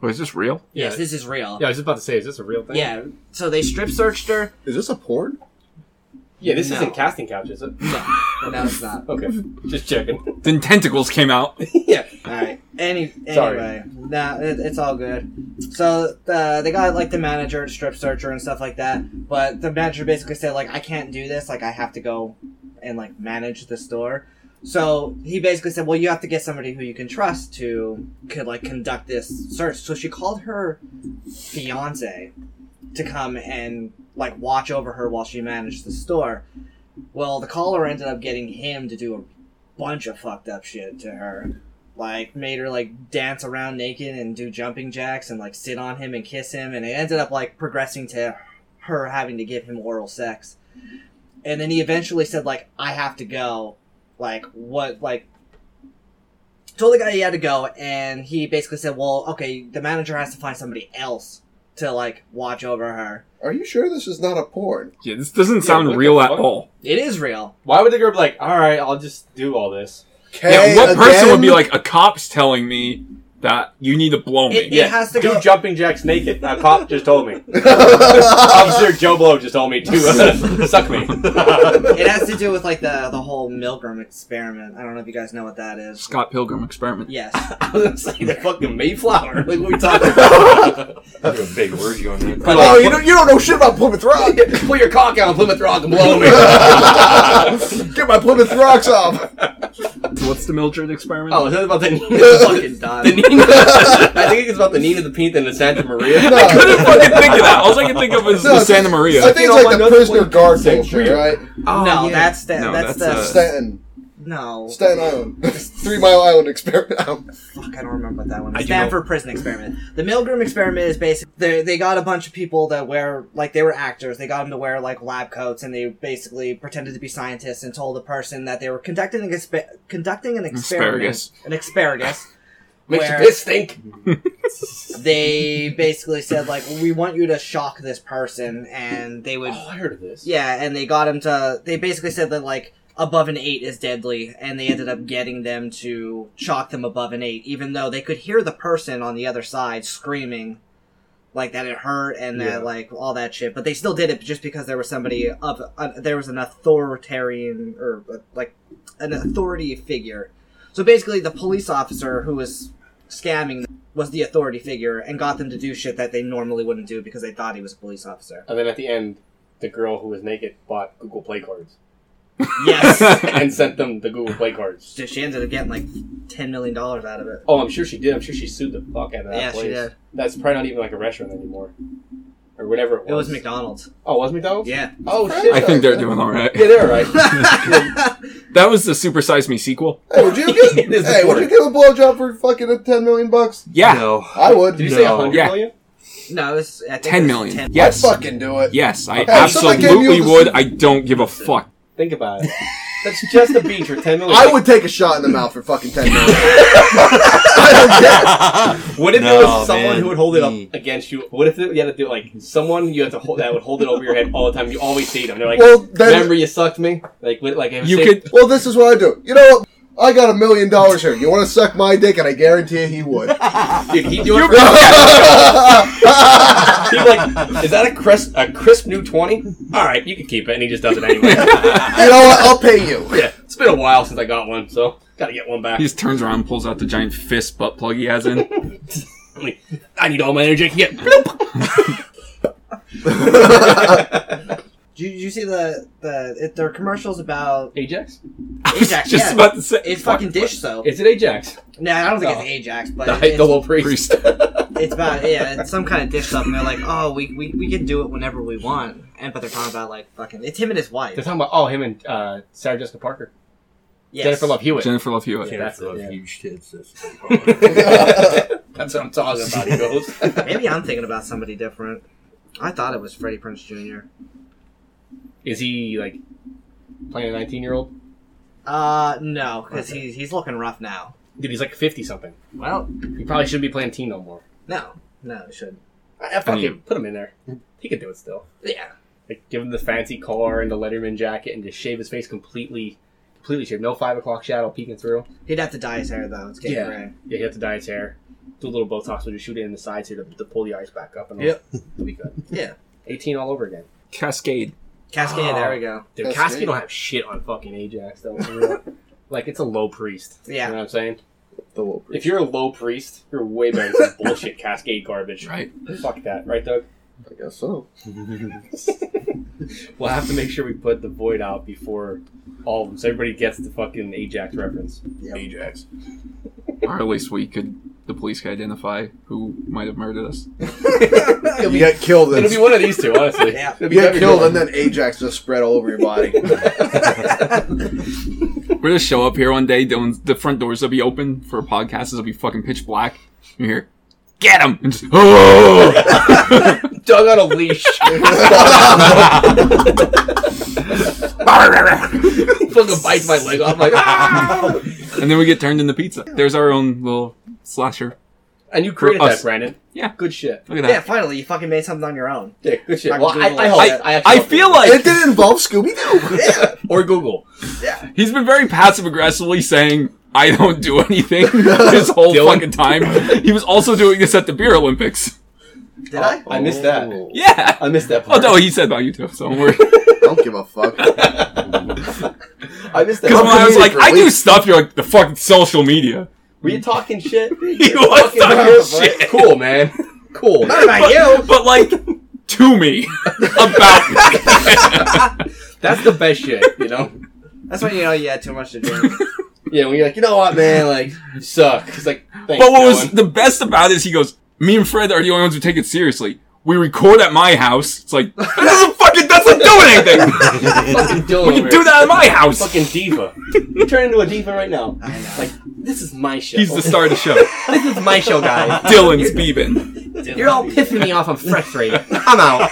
[SPEAKER 3] Wait, is this real?
[SPEAKER 1] yes, this is real.
[SPEAKER 4] I was just about to say, is this a real thing?
[SPEAKER 1] yeah. So they strip searched her.
[SPEAKER 2] Is this a porn?
[SPEAKER 4] Yeah, this
[SPEAKER 1] No.
[SPEAKER 4] isn't casting couch, is it?
[SPEAKER 1] No, it's not.
[SPEAKER 4] <laughs> Okay,
[SPEAKER 1] <laughs>
[SPEAKER 4] just checking.
[SPEAKER 3] Then tentacles came out. <laughs>
[SPEAKER 4] yeah.
[SPEAKER 1] All right. Any
[SPEAKER 4] Sorry.
[SPEAKER 1] anyway, nah, it, it's all good. So uh, they got like the manager, to strip searcher, and stuff like that. But the manager basically said like, I can't do this. Like I have to go and like manage the store. So he basically said, well, you have to get somebody who you can trust to could like conduct this search. So she called her fiance to come and like watch over her while she managed the store. Well, the caller ended up getting him to do a bunch of fucked up shit to her like made her like dance around naked and do jumping jacks and like sit on him and kiss him and it ended up like progressing to her having to give him oral sex and then he eventually said like i have to go like what like told the guy he had to go and he basically said well okay the manager has to find somebody else to like watch over her
[SPEAKER 2] Are you sure this is not a porn?
[SPEAKER 3] Yeah, this doesn't
[SPEAKER 4] Yeah,
[SPEAKER 3] sound
[SPEAKER 4] what
[SPEAKER 3] real
[SPEAKER 4] the
[SPEAKER 3] at
[SPEAKER 4] fuck?
[SPEAKER 3] all.
[SPEAKER 1] it is real
[SPEAKER 4] Why would the girl be like, all right, I'll just do all this?
[SPEAKER 3] yeah,
[SPEAKER 2] Okay,
[SPEAKER 3] what person would be
[SPEAKER 2] again?
[SPEAKER 3] like, a cop's telling me that you need to blow me?
[SPEAKER 1] It-
[SPEAKER 4] Yeah,
[SPEAKER 1] has to
[SPEAKER 4] do
[SPEAKER 1] go-
[SPEAKER 4] jumping jacks naked. A cop just
[SPEAKER 3] <laughs>
[SPEAKER 4] told me. Officer Joe Blow just told
[SPEAKER 3] <laughs>
[SPEAKER 4] me to uh, suck me.
[SPEAKER 1] it has to do with like the the whole milgram experiment i don't know if you guys know what that is
[SPEAKER 3] Scott Pilgrim experiment.
[SPEAKER 1] yes
[SPEAKER 4] I was gonna say the fucking Mayflower. Like what
[SPEAKER 1] <laughs>
[SPEAKER 4] we talking about?
[SPEAKER 5] That's a big word going in.
[SPEAKER 4] But,
[SPEAKER 2] Oh,
[SPEAKER 4] like,
[SPEAKER 2] you don't, you don't know shit about Plymouth Rock.
[SPEAKER 4] put, put your cock out, Plymouth Rock,
[SPEAKER 1] <laughs>
[SPEAKER 4] and blow me.
[SPEAKER 2] Get my Plymouth Rocks
[SPEAKER 3] <laughs>
[SPEAKER 2] off.
[SPEAKER 3] So what's the Mildred experiment?
[SPEAKER 4] oh, is that
[SPEAKER 1] <laughs>
[SPEAKER 4] about the Nina? the
[SPEAKER 1] fucking done
[SPEAKER 4] fucking- the Nina? <laughs> I think it's about the Nina, the Pinta, and
[SPEAKER 1] <laughs>
[SPEAKER 4] the Santa Maria.
[SPEAKER 2] No.
[SPEAKER 3] <laughs> I couldn't fucking think of that. All I could think of is
[SPEAKER 2] No,
[SPEAKER 3] the Santa
[SPEAKER 2] I
[SPEAKER 3] Maria.
[SPEAKER 2] think
[SPEAKER 4] know,
[SPEAKER 2] it's
[SPEAKER 4] my
[SPEAKER 2] like the
[SPEAKER 4] notes
[SPEAKER 2] prisoner
[SPEAKER 4] point
[SPEAKER 2] guard
[SPEAKER 4] same
[SPEAKER 2] culture,
[SPEAKER 1] Oh,
[SPEAKER 3] Oh,
[SPEAKER 4] tree.
[SPEAKER 2] right?
[SPEAKER 1] no, that's the
[SPEAKER 3] No,
[SPEAKER 1] that's,
[SPEAKER 3] that's,
[SPEAKER 1] the
[SPEAKER 3] uh,
[SPEAKER 2] Stanton.
[SPEAKER 1] No.
[SPEAKER 2] Staten Island. <laughs> Three Mile Island experiment. Um,
[SPEAKER 1] Fuck, I don't remember what that one.
[SPEAKER 3] I
[SPEAKER 1] is.
[SPEAKER 3] do know-
[SPEAKER 1] Stanford Prison Experiment. The Milgram Experiment is basically they, they got a bunch of people that wear like they were actors. They got them to wear like lab coats, and they basically pretended to be scientists and told the person that they were conducting an expe- conducting an experiment,
[SPEAKER 3] Asparagus.
[SPEAKER 1] an asparagus.
[SPEAKER 4] Makes
[SPEAKER 1] where-
[SPEAKER 4] your piss stink.
[SPEAKER 1] they basically said like we want you to shock this person and they would
[SPEAKER 4] Oh, I heard of this.
[SPEAKER 1] yeah and they got him to they basically said that like above an eight is deadly and they ended up getting them to shock them above an eight even though they could hear the person on the other side screaming like that it hurt and
[SPEAKER 7] Yeah.
[SPEAKER 1] that like all that shit but they still did it just because there was somebody up uh, there was an authoritarian or uh, like an authority figure so basically the police officer who was scamming them was the authority figure and got them to do shit that they normally wouldn't do because they thought he was a police officer
[SPEAKER 4] And then at the end, the girl who was naked bought Google Play cards
[SPEAKER 1] yes
[SPEAKER 4] and sent them the Google Play
[SPEAKER 1] <laughs>
[SPEAKER 4] cards.
[SPEAKER 1] So she ended up getting like ten million dollars out of it.
[SPEAKER 4] Oh, I'm sure she did. I'm sure she sued the fuck out of that
[SPEAKER 1] yeah,
[SPEAKER 4] place.
[SPEAKER 1] she did.
[SPEAKER 4] That's probably not even like a restaurant anymore, or whatever it was.
[SPEAKER 1] It was McDonald's.
[SPEAKER 4] Oh, it was McDonald's. <laughs>
[SPEAKER 1] Yeah. <laughs>
[SPEAKER 4] Oh shit.
[SPEAKER 3] <laughs> I think they're doing all right.
[SPEAKER 4] yeah, they're all right.
[SPEAKER 3] That was the Super Size Me sequel.
[SPEAKER 2] hey,
[SPEAKER 4] <laughs>
[SPEAKER 2] would you give, hey, would you give a blowjob for fucking a ten million bucks?
[SPEAKER 3] Yeah,
[SPEAKER 5] No.
[SPEAKER 2] I would.
[SPEAKER 4] Did you say a
[SPEAKER 5] No.
[SPEAKER 4] hundred
[SPEAKER 3] Yeah.
[SPEAKER 4] million?
[SPEAKER 1] no, it was I think it
[SPEAKER 3] ten
[SPEAKER 1] was
[SPEAKER 3] million.
[SPEAKER 4] <laughs>
[SPEAKER 1] 10
[SPEAKER 3] Yes,
[SPEAKER 2] I'd fucking do it.
[SPEAKER 3] yes, I
[SPEAKER 2] Hey, if somebody gave you
[SPEAKER 3] absolutely
[SPEAKER 2] the-
[SPEAKER 3] would. I don't give a fuck.
[SPEAKER 4] Think about it. That's just a beach or ten million.
[SPEAKER 2] I would take a shot in the mouth for fucking ten million. I don't care.
[SPEAKER 4] What if it
[SPEAKER 5] No,
[SPEAKER 4] was someone
[SPEAKER 5] man.
[SPEAKER 4] who would hold it
[SPEAKER 5] Mm.
[SPEAKER 4] up against you? What if you had to do like someone you had to hold that would hold it over your head all the time? You always see them. They're <laughs> like,
[SPEAKER 2] Well, then-
[SPEAKER 4] "Remember you sucked me." Like, li- like if
[SPEAKER 3] You
[SPEAKER 4] say-
[SPEAKER 3] could
[SPEAKER 2] Well, this is what I do. You know what? I got a million dollars here. You want to suck my dick? And I guarantee you he would.
[SPEAKER 4] Dude, he do
[SPEAKER 2] <laughs>
[SPEAKER 4] it. <laughs> For,
[SPEAKER 2] That's
[SPEAKER 4] he'd be like, "Is that a crisp, a crisp new 20? All right, you can keep it, and he just does
[SPEAKER 2] <laughs>
[SPEAKER 4] it anyway. <laughs>
[SPEAKER 2] You know what? I'll pay you. <laughs>
[SPEAKER 4] yeah, it's been a while since I got one, so gotta get one back.
[SPEAKER 3] He just turns around and pulls out the giant fist butt plug he has in.
[SPEAKER 4] I'm like, I need all my energy I can get.
[SPEAKER 1] Did you, did you see the the it, their commercials about
[SPEAKER 4] Ajax?
[SPEAKER 3] I was
[SPEAKER 1] Ajax,
[SPEAKER 3] just
[SPEAKER 1] yeah.
[SPEAKER 3] about to say.
[SPEAKER 1] it's fucking dish soap?
[SPEAKER 4] Is it Oh. Ajax?
[SPEAKER 1] No, I don't think
[SPEAKER 4] No.
[SPEAKER 1] it's Ajax,
[SPEAKER 4] <laughs> The,
[SPEAKER 1] but
[SPEAKER 4] the
[SPEAKER 1] it's,
[SPEAKER 4] little priest.
[SPEAKER 3] Priest.
[SPEAKER 1] it's about yeah, it's some kind of dish soap, and they're like, oh, we, we we can do it whenever we want, and but they're talking about like fucking it's him and his wife.
[SPEAKER 4] They're talking about oh him and uh, Sarah Jessica Parker,
[SPEAKER 1] Yes.
[SPEAKER 4] Jennifer Love Hewitt.
[SPEAKER 3] Jennifer Love Hewitt.
[SPEAKER 4] Yeah, that's it. yeah.
[SPEAKER 5] Huge tits. That's
[SPEAKER 4] <laughs> That's what I'm talking about. He goes.
[SPEAKER 1] Maybe I'm thinking about somebody different. I thought it was Freddie Prince Jr.
[SPEAKER 4] <laughs> Is he like playing a 19 year old?
[SPEAKER 1] Uh, no, because he's he's looking rough now.
[SPEAKER 4] Dude, he's like 50 something.
[SPEAKER 1] Well,
[SPEAKER 4] He probably shouldn't be playing teen no more.
[SPEAKER 1] no, no, he shouldn't.
[SPEAKER 4] Ah, fuck
[SPEAKER 3] I mean-
[SPEAKER 4] him. Put him in there. He could do it still.
[SPEAKER 1] Yeah.
[SPEAKER 4] Like give him the fancy car and the Letterman jacket and just shave his face completely, completely shaved. No five o'clock shadow peeking through.
[SPEAKER 1] He'd have to dye his hair though. It's getting
[SPEAKER 4] Yeah.
[SPEAKER 1] gray.
[SPEAKER 4] Yeah, he have to dye his hair. Do a little Botox, but just shoot it in the sides here to, to pull the eyes back up. And all.
[SPEAKER 1] Yep.
[SPEAKER 4] It'll be good.
[SPEAKER 1] Yeah.
[SPEAKER 4] 18 all over again.
[SPEAKER 3] Cascade.
[SPEAKER 1] Cascade.
[SPEAKER 4] Oh.
[SPEAKER 1] There we go.
[SPEAKER 4] Dude,
[SPEAKER 2] That's
[SPEAKER 4] Cascade
[SPEAKER 2] good.
[SPEAKER 4] don't have shit on fucking Ajax though. for real. like it's a low priest.
[SPEAKER 1] Yeah.
[SPEAKER 4] You know what I'm saying?
[SPEAKER 5] the little
[SPEAKER 4] If you're a low priest, you're way better than some bullshit Cascade garbage.
[SPEAKER 3] Right.
[SPEAKER 4] Fuck that, right, Doug?
[SPEAKER 2] I guess so.
[SPEAKER 4] We'll have to make sure we put the void out before all of them, so everybody gets the fucking Ajax reference.
[SPEAKER 5] Ajax.
[SPEAKER 3] Or at least we could. The police could identify who might have murdered us.
[SPEAKER 2] You get killed.
[SPEAKER 4] It'll
[SPEAKER 2] And,
[SPEAKER 4] be one of these two, honestly.
[SPEAKER 1] Yeah.
[SPEAKER 2] you get killed, and then Ajax just spread all over your
[SPEAKER 4] <laughs>
[SPEAKER 2] body.
[SPEAKER 3] We're gonna show up here one day. The, ones- the front doors will be open for podcasts. It'll be fucking pitch black. You hear, get him! And just, oh! <laughs>
[SPEAKER 4] Doug on a
[SPEAKER 2] <laughs>
[SPEAKER 4] leash, <laughs> fucking bites my leg off, like ah!
[SPEAKER 3] and then we get turned into pizza. There's our own little slasher.
[SPEAKER 4] And you created
[SPEAKER 3] For us.
[SPEAKER 4] that, Brandon.
[SPEAKER 3] Yeah.
[SPEAKER 4] good shit.
[SPEAKER 3] Look at
[SPEAKER 1] Yeah.
[SPEAKER 3] that.
[SPEAKER 1] Finally, you fucking made something on your own.
[SPEAKER 4] Yeah, good shit.
[SPEAKER 1] Like
[SPEAKER 4] Well, I,
[SPEAKER 1] Google.
[SPEAKER 4] I, hope
[SPEAKER 3] I-
[SPEAKER 4] that- I, actually
[SPEAKER 3] I
[SPEAKER 4] hope
[SPEAKER 3] feel
[SPEAKER 4] that-
[SPEAKER 3] like
[SPEAKER 2] it didn't involve Scooby Doo.
[SPEAKER 4] <laughs> or Google.
[SPEAKER 3] He's been very passive aggressively saying, I don't do anything <laughs> this whole
[SPEAKER 4] Dylan.
[SPEAKER 3] fucking time. He was also doing this at the Beer Olympics.
[SPEAKER 1] Did I?
[SPEAKER 5] I missed that.
[SPEAKER 2] Oh,
[SPEAKER 3] Yeah.
[SPEAKER 5] I missed that
[SPEAKER 3] Oh,
[SPEAKER 5] part.
[SPEAKER 3] no, he said about you too, so don't
[SPEAKER 4] <laughs>
[SPEAKER 3] worry.
[SPEAKER 2] Don't give a fuck.
[SPEAKER 5] I missed that
[SPEAKER 3] Because when
[SPEAKER 5] part.
[SPEAKER 3] I was like,
[SPEAKER 2] for
[SPEAKER 3] I do
[SPEAKER 2] weeks.
[SPEAKER 3] stuff, you're like, the fucking social media. <laughs>
[SPEAKER 5] Were you
[SPEAKER 4] <laughs>
[SPEAKER 5] talking shit?
[SPEAKER 3] He was talking shit.
[SPEAKER 4] Cool, man. Cool.
[SPEAKER 1] What about you?
[SPEAKER 3] But, like, to me. <laughs> about me.
[SPEAKER 4] That's the best shit, you know.
[SPEAKER 1] That's when you know you had too much to drink.
[SPEAKER 4] Yeah, when you're like, you know what, man, like, you suck. It's like, thanks,
[SPEAKER 3] But what was
[SPEAKER 4] Dylan.
[SPEAKER 3] the best about it is he goes, Me and Fred are the only ones who take it seriously. We record at my house. It's like, that doesn't fucking doesn't do
[SPEAKER 5] <laughs>
[SPEAKER 3] anything.
[SPEAKER 4] <laughs> fucking Dylan
[SPEAKER 3] we
[SPEAKER 4] over
[SPEAKER 3] can do
[SPEAKER 4] here.
[SPEAKER 3] that in my house.
[SPEAKER 4] Fucking diva. You turn into a diva right now.
[SPEAKER 1] I know.
[SPEAKER 4] Like this is my show.
[SPEAKER 3] He's the star of the show.
[SPEAKER 4] this is my show, guys.
[SPEAKER 3] Dylan's Beebin.
[SPEAKER 4] You're all pissing me off. I'm
[SPEAKER 3] <laughs>
[SPEAKER 4] frustrated. I'm out.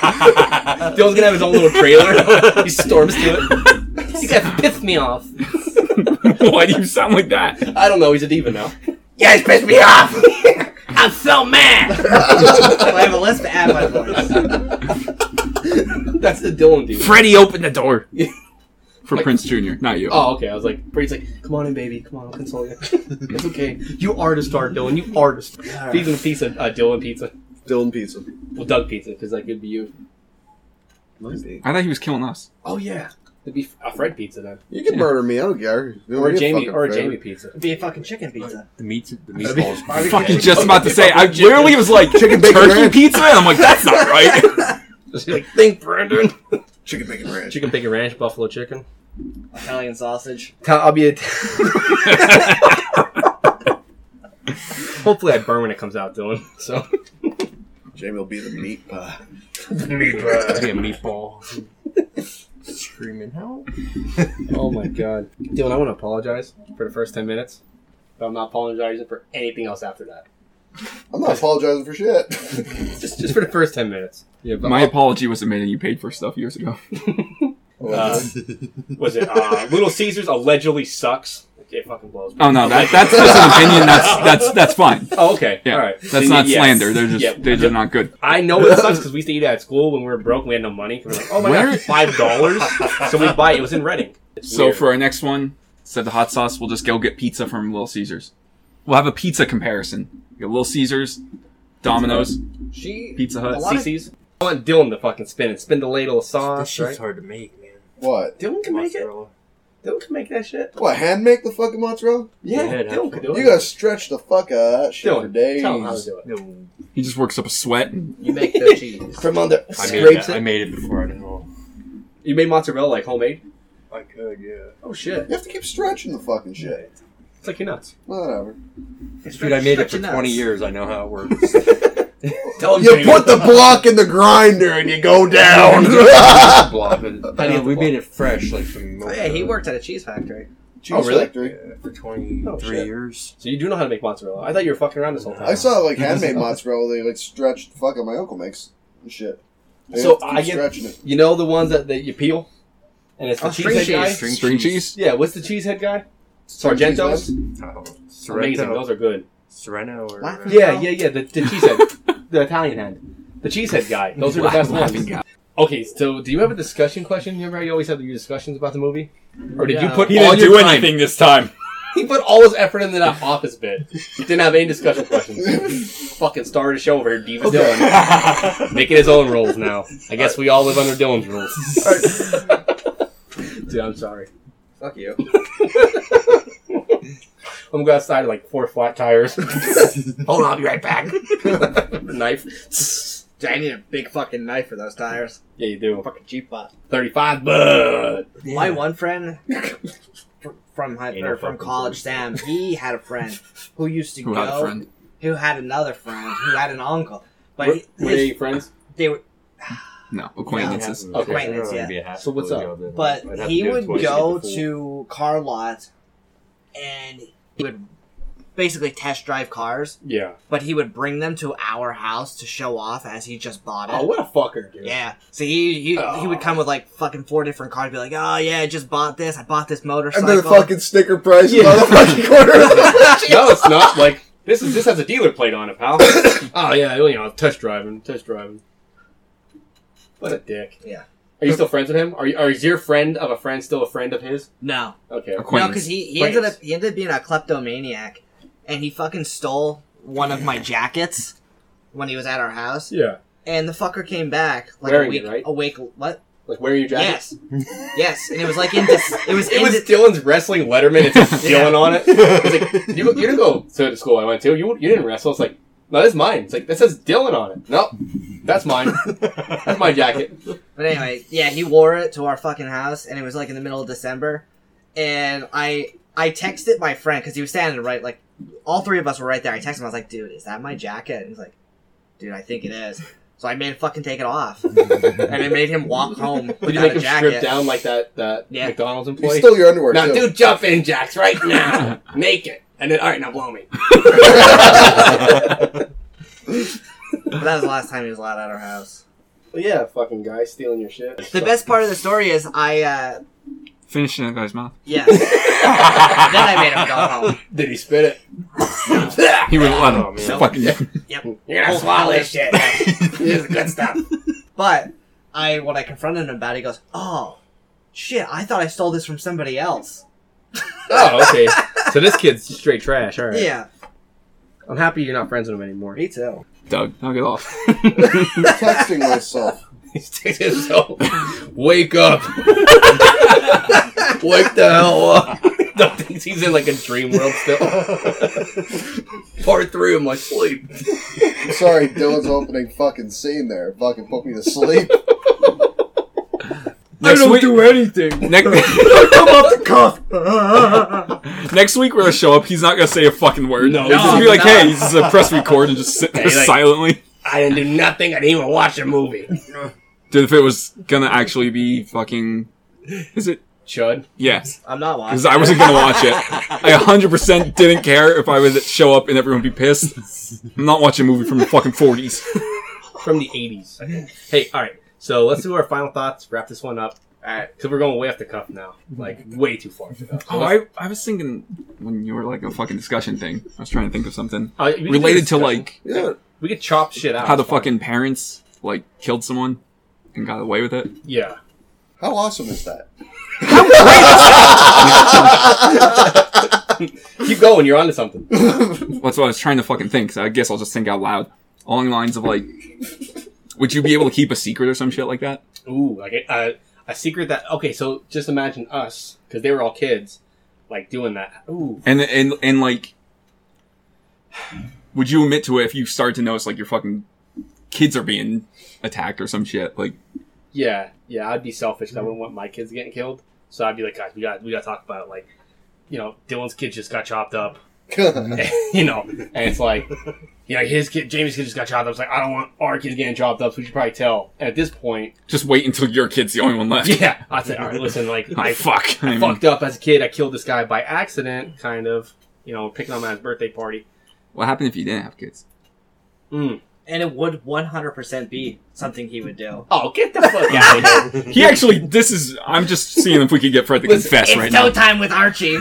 [SPEAKER 4] Dylan's gonna have his own little <laughs> trailer. He storms to it. You guys pissed me off.
[SPEAKER 3] Why do you sound like that?
[SPEAKER 4] I don't know. He's a diva now. <laughs>
[SPEAKER 8] You guys pissed me off.
[SPEAKER 4] I'm so mad.
[SPEAKER 1] I have a list to add my
[SPEAKER 4] <laughs>
[SPEAKER 1] voice.
[SPEAKER 4] That's the Dylan diva.
[SPEAKER 3] Freddie opened the door.
[SPEAKER 4] Yeah.
[SPEAKER 3] For Prince Jr., not you.
[SPEAKER 4] Oh, okay. I was like, Brady's like, come on in, baby. Come on, I'll console you. <laughs> it's okay. You are the star, Dylan. You are the star. Feed him pizza, uh, Dylan pizza.
[SPEAKER 2] Dylan Pizza.
[SPEAKER 4] Well, Doug pizza, because that could be you.
[SPEAKER 3] I thought he was killing us.
[SPEAKER 4] Oh, yeah. It'd be a Fred pizza then.
[SPEAKER 2] You can murder me. I don't care.
[SPEAKER 4] Or a Jamie, or
[SPEAKER 2] <laughs>
[SPEAKER 4] a Jamie pizza. <laughs>
[SPEAKER 1] Be a fucking chicken pizza.
[SPEAKER 5] The meat, the meatballs.
[SPEAKER 3] Fucking just about to say, I literally was like,
[SPEAKER 2] Chicken
[SPEAKER 3] chicken
[SPEAKER 2] bacon
[SPEAKER 3] turkey
[SPEAKER 2] ranch.
[SPEAKER 3] pizza? And I'm like, that's not right.
[SPEAKER 4] like, think, Brandon.
[SPEAKER 2] Chicken bacon ranch.
[SPEAKER 4] <laughs> Chicken bacon ranch, buffalo chicken.
[SPEAKER 1] <laughs> Italian sausage.
[SPEAKER 4] I'll be a. <laughs> Hopefully, I burn when it comes out, Dylan. So
[SPEAKER 2] Jamie will be the meat pie.
[SPEAKER 5] be a meatball. Screaming help.
[SPEAKER 4] Oh my god. Dylan, I want to apologize for the first 10 minutes, but I'm not apologizing for anything else after that.
[SPEAKER 2] I'm not apologizing for shit.
[SPEAKER 4] Just, just for the first 10 minutes. <laughs> Yeah, but
[SPEAKER 3] My apology was admitting you paid for stuff years ago.
[SPEAKER 2] Oh,
[SPEAKER 4] uh, <laughs> <laughs> was it uh, Little Caesars allegedly sucks? It fucking blows. me.
[SPEAKER 3] Oh no, that, that's just an opinion. That's that's that's fine.
[SPEAKER 4] Oh, okay.
[SPEAKER 3] Yeah,
[SPEAKER 4] All right.
[SPEAKER 3] that's not
[SPEAKER 4] Yes.
[SPEAKER 3] slander. They're just
[SPEAKER 4] Yeah.
[SPEAKER 3] they're just not good.
[SPEAKER 4] I know it sucks because we used to eat at school when we were broke. We had no money. We were like, oh my
[SPEAKER 3] Where-
[SPEAKER 4] god, five dollars. so we buy it. It was in Reading. It's
[SPEAKER 3] So
[SPEAKER 4] weird.
[SPEAKER 3] for our next one, instead of the hot sauce, we'll just go get pizza from Little Caesars. We'll have a pizza comparison. We got Little Caesars, Domino's,
[SPEAKER 5] She.
[SPEAKER 3] Pizza Hut.
[SPEAKER 4] CC's, I want Dylan to fucking spin it. Spin the ladle of sauce. Right?
[SPEAKER 5] hard to make, man.
[SPEAKER 2] what?
[SPEAKER 4] Dylan can make it. Dylan can make that shit.
[SPEAKER 2] What? Hand make the fucking mozzarella?
[SPEAKER 4] Yeah,
[SPEAKER 5] Yeah,
[SPEAKER 4] Dylan can do it.
[SPEAKER 2] You gotta stretch the fuck out of that shit
[SPEAKER 4] Dylan,
[SPEAKER 2] for days.
[SPEAKER 4] Tell him how to do it.
[SPEAKER 3] He just works up a sweat. And
[SPEAKER 5] You make the cheese.
[SPEAKER 2] From under
[SPEAKER 5] I made,
[SPEAKER 2] scrapes
[SPEAKER 5] it, I
[SPEAKER 2] it.
[SPEAKER 5] made it before. I didn't know.
[SPEAKER 4] You made mozzarella like homemade?
[SPEAKER 5] I could, yeah.
[SPEAKER 4] Oh shit.
[SPEAKER 2] You have to keep stretching the fucking shit.
[SPEAKER 4] It's like you're nuts.
[SPEAKER 2] Whatever.
[SPEAKER 5] Dude, I made it for
[SPEAKER 1] Stretching
[SPEAKER 5] 20
[SPEAKER 1] nuts.
[SPEAKER 5] years. I know how it works.
[SPEAKER 4] <laughs> Tell him
[SPEAKER 2] You put the block in the grinder and you go
[SPEAKER 4] <laughs>
[SPEAKER 5] <laughs>
[SPEAKER 2] down.
[SPEAKER 4] Oh,
[SPEAKER 5] Block it. No, we made it fresh, like from.
[SPEAKER 1] Oh, yeah, he worked at a cheese factory.
[SPEAKER 2] Cheese
[SPEAKER 4] Oh, really?
[SPEAKER 2] factory.
[SPEAKER 5] for 23
[SPEAKER 4] Oh, shit.
[SPEAKER 5] years.
[SPEAKER 4] So you do know how to make mozzarella. I thought you were fucking around this whole time.
[SPEAKER 2] I saw like handmade mozzarella. They like stretched. Fuck it, my uncle makes and shit. They
[SPEAKER 4] So
[SPEAKER 2] have to keep
[SPEAKER 4] I get-
[SPEAKER 2] stretching it.
[SPEAKER 4] You know the ones that, that you peel? And it's the
[SPEAKER 1] Oh,
[SPEAKER 4] cheese
[SPEAKER 1] string
[SPEAKER 4] head guy?
[SPEAKER 1] cheese.
[SPEAKER 3] string cheese.
[SPEAKER 4] Yeah, what's the cheese head guy?
[SPEAKER 2] cheese
[SPEAKER 4] Sargentos?
[SPEAKER 5] Oh,
[SPEAKER 4] Amazing,
[SPEAKER 5] Sorrento.
[SPEAKER 4] those are good.
[SPEAKER 5] Sereno or.
[SPEAKER 1] What?
[SPEAKER 4] Yeah, yeah, yeah, the, the cheese head. the Italian head. The cheese head <laughs> guy. Those are the best
[SPEAKER 3] Laughing
[SPEAKER 4] ones.
[SPEAKER 3] guy.
[SPEAKER 4] Okay, so do you have a discussion question? You remember how you always have your discussions about the movie? Or did you
[SPEAKER 1] Yeah.
[SPEAKER 4] put
[SPEAKER 3] He
[SPEAKER 4] all
[SPEAKER 3] didn't
[SPEAKER 4] your
[SPEAKER 3] do
[SPEAKER 4] time-
[SPEAKER 3] anything this time.
[SPEAKER 4] He put all his effort into that office bit.
[SPEAKER 2] <laughs>
[SPEAKER 4] Didn't have <laughs> any discussion questions. Fucking started a show over here,
[SPEAKER 5] <laughs>
[SPEAKER 4] Diva Dylan. Making his own rules now. I guess we all live under Dylan's <laughs> rules. <laughs> Dude, I'm sorry.
[SPEAKER 1] Fuck you.
[SPEAKER 4] I'm going to outside like four flat tires. <laughs> Hold on, I'll be right back. <laughs> Knife.
[SPEAKER 1] Dude, I need a big fucking knife for those tires.
[SPEAKER 4] Yeah, you do.
[SPEAKER 1] Fucking cheap bot.
[SPEAKER 4] 35, bud.
[SPEAKER 1] My one friend fr- from high,
[SPEAKER 4] Ain't no
[SPEAKER 1] or from
[SPEAKER 4] fucking
[SPEAKER 1] college, Sam, he had a friend who used to
[SPEAKER 3] Who
[SPEAKER 1] go,
[SPEAKER 3] had a friend?
[SPEAKER 1] who had another friend, who had an uncle. But
[SPEAKER 4] Were,
[SPEAKER 1] he-
[SPEAKER 4] were they friends?
[SPEAKER 1] they were,
[SPEAKER 3] No
[SPEAKER 4] <laughs>
[SPEAKER 3] acquaintances.
[SPEAKER 4] Okay.
[SPEAKER 1] Acquaintance, yeah.
[SPEAKER 4] So what's up?
[SPEAKER 1] but he would
[SPEAKER 5] <laughs>
[SPEAKER 1] go to car lots and he would basically test drive cars,
[SPEAKER 4] Yeah.
[SPEAKER 1] but he would bring them to our house to show off as he just bought it.
[SPEAKER 4] Oh, what a fucker, dude.
[SPEAKER 1] Yeah. So he he, he would come with like fucking four different cars, be like, "Oh yeah, I just bought this. I bought this
[SPEAKER 2] And
[SPEAKER 1] motorcycle."
[SPEAKER 2] then the fucking sticker price is on the fucking
[SPEAKER 1] <laughs>
[SPEAKER 2] corner.
[SPEAKER 4] <laughs> no, it's not. Like this is this has a dealer plate on it, <coughs> pal. oh yeah, you know, test driving, test driving. What a dick.
[SPEAKER 1] Yeah.
[SPEAKER 4] Are you still friends with him? Are you, are is your friend of a friend still a friend of his?
[SPEAKER 1] no,
[SPEAKER 4] Okay.
[SPEAKER 1] no, because
[SPEAKER 3] Acquaintance.
[SPEAKER 1] he, he ended
[SPEAKER 4] Acquaintance.
[SPEAKER 1] up he ended up being a kleptomaniac, and he fucking stole one
[SPEAKER 4] <laughs>
[SPEAKER 1] of my jackets when he was at our house,
[SPEAKER 4] Yeah.
[SPEAKER 1] and the fucker came back like
[SPEAKER 4] Wearing
[SPEAKER 1] a week
[SPEAKER 4] it, right?
[SPEAKER 1] a week what
[SPEAKER 4] Like wearing your jacket.
[SPEAKER 1] yes
[SPEAKER 4] <laughs>
[SPEAKER 1] yes, and it was like in this it was
[SPEAKER 4] It
[SPEAKER 1] in
[SPEAKER 4] was
[SPEAKER 1] this-
[SPEAKER 4] Dylan's wrestling Letterman. It's <laughs> Dylan on it. It's like you, you didn't go to the school I went to. You you didn't wrestle. It's like no, that's mine. It's like that says Dylan on it. No, that's mine. that's my jacket.
[SPEAKER 1] But anyway, yeah, he wore it to our fucking house, and it was like in the middle of December, and I I texted my friend because he was standing right like all three of us were right there. I texted him. I was like, "Dude, is that my jacket?" And he's like, "Dude, I think it is." So I made him fucking take it off, and I made him walk home.
[SPEAKER 4] Did you
[SPEAKER 1] without
[SPEAKER 4] make
[SPEAKER 1] a
[SPEAKER 4] him
[SPEAKER 1] jacket.
[SPEAKER 4] strip down like that that
[SPEAKER 1] Yeah.
[SPEAKER 4] McDonald's
[SPEAKER 2] You
[SPEAKER 4] employee?
[SPEAKER 2] stole your underwear
[SPEAKER 4] now
[SPEAKER 2] too.
[SPEAKER 4] do jump in jacks right <laughs> now. Make it. And then all right, now blow me.
[SPEAKER 1] But that was the last time he was allowed at our house.
[SPEAKER 4] But yeah, fucking guy stealing your shit.
[SPEAKER 1] The best part of the story is I, uh,
[SPEAKER 3] Finish in that guy's mouth.
[SPEAKER 1] <laughs> yeah. then I made him go home.
[SPEAKER 4] <laughs> Did he spit it?
[SPEAKER 3] He would let him.
[SPEAKER 4] Oh, man.
[SPEAKER 3] fucking.
[SPEAKER 4] <laughs>
[SPEAKER 3] <laughs>
[SPEAKER 4] You're gonna
[SPEAKER 1] Oh,
[SPEAKER 4] swallow
[SPEAKER 1] holy
[SPEAKER 4] this shit. this is good stuff.
[SPEAKER 1] But I, when I confronted him about it, he goes, "Oh, shit! I thought I stole this from somebody else."
[SPEAKER 7] Oh, okay. so this kid's straight trash. All right.
[SPEAKER 1] Yeah,
[SPEAKER 7] I'm happy you're not friends with him anymore.
[SPEAKER 1] me too.
[SPEAKER 3] Doug, knock it off.
[SPEAKER 2] texting myself.
[SPEAKER 4] He sticks himself. Wake up. Wake the hell up. <laughs> Doug thinks he's in like a dream world still. Part three of my sleep.
[SPEAKER 2] I'm sorry, Dylan's opening fucking scene there. Fucking put me to sleep.
[SPEAKER 3] Next week, <laughs>
[SPEAKER 5] anything.
[SPEAKER 3] next, <laughs> next week we're gonna show up. He's not gonna say a fucking word.
[SPEAKER 4] No,
[SPEAKER 3] He'll just
[SPEAKER 4] no,
[SPEAKER 3] be like,
[SPEAKER 4] no.
[SPEAKER 3] "Hey, he's just a press record and just sit there
[SPEAKER 4] Hey, like-
[SPEAKER 3] silently."
[SPEAKER 4] I didn't do nothing. I didn't even watch a movie.
[SPEAKER 3] Dude, if it was gonna actually be fucking, is it?
[SPEAKER 4] Chud.
[SPEAKER 3] Yeah,
[SPEAKER 1] I'm not watching.
[SPEAKER 3] because I wasn't gonna watch it. I 100% didn't care if I was to show up and everyone would be pissed. I'm not watching a movie from the fucking 40s.
[SPEAKER 7] From the 80s.
[SPEAKER 4] Hey, all right. So let's do our final thoughts. Wrap this one up. All right, because we're going way off the cuff now. Like way too far. off the cuff.
[SPEAKER 3] Oh, I, I was thinking when you were like a fucking discussion thing. I was trying to think of something
[SPEAKER 4] Uh, we can do
[SPEAKER 3] related to
[SPEAKER 4] discussion.
[SPEAKER 3] like
[SPEAKER 2] Yeah.
[SPEAKER 4] we could chop shit out.
[SPEAKER 3] how the
[SPEAKER 4] It's fine.
[SPEAKER 3] fucking parents like killed someone and got away with it.
[SPEAKER 4] yeah.
[SPEAKER 2] How awesome is that? <laughs>
[SPEAKER 4] Keep going. You're onto something.
[SPEAKER 3] That's what I was trying to fucking think. So I guess I'll just think out loud along the lines of like, would you be able to keep a secret or some shit like that?
[SPEAKER 4] Ooh, like a, a, a secret that. Okay, so just imagine us because they were all kids, like doing that. Ooh,
[SPEAKER 3] And and and like, would you admit to it if you start to notice like your fucking kids are being attacked or some shit? Like,
[SPEAKER 4] yeah, yeah. I'd be selfish. 'cause I wouldn't want my kids getting killed. So I'd be like, guys, we got we got to talk about like, you know, Dylan's kid just got chopped up. <laughs> you know, and it's like, you know, his kid, Jamie's kid just got chopped up. It's like, I don't want our kids getting chopped up. So we should probably tell. And at this point, <laughs>
[SPEAKER 3] just wait until your kid's the only one left.
[SPEAKER 4] yeah, I said, all right, listen, like,
[SPEAKER 3] I <laughs>
[SPEAKER 4] I
[SPEAKER 3] fuck. I mean,
[SPEAKER 4] fucked up as a kid. I killed this guy by accident, kind of. You know, picking on him at his birthday party.
[SPEAKER 3] What happened if you didn't have kids?
[SPEAKER 4] Mm.
[SPEAKER 1] and it would 100% be something he would do.
[SPEAKER 4] Oh, get
[SPEAKER 3] <laughs>
[SPEAKER 4] the fuck out of here!
[SPEAKER 1] <laughs>
[SPEAKER 3] He actually, this is. I'm just seeing if we could get Fred to
[SPEAKER 4] Listen,
[SPEAKER 3] confess
[SPEAKER 1] It's
[SPEAKER 3] right
[SPEAKER 1] no
[SPEAKER 3] now.
[SPEAKER 1] time with Archie.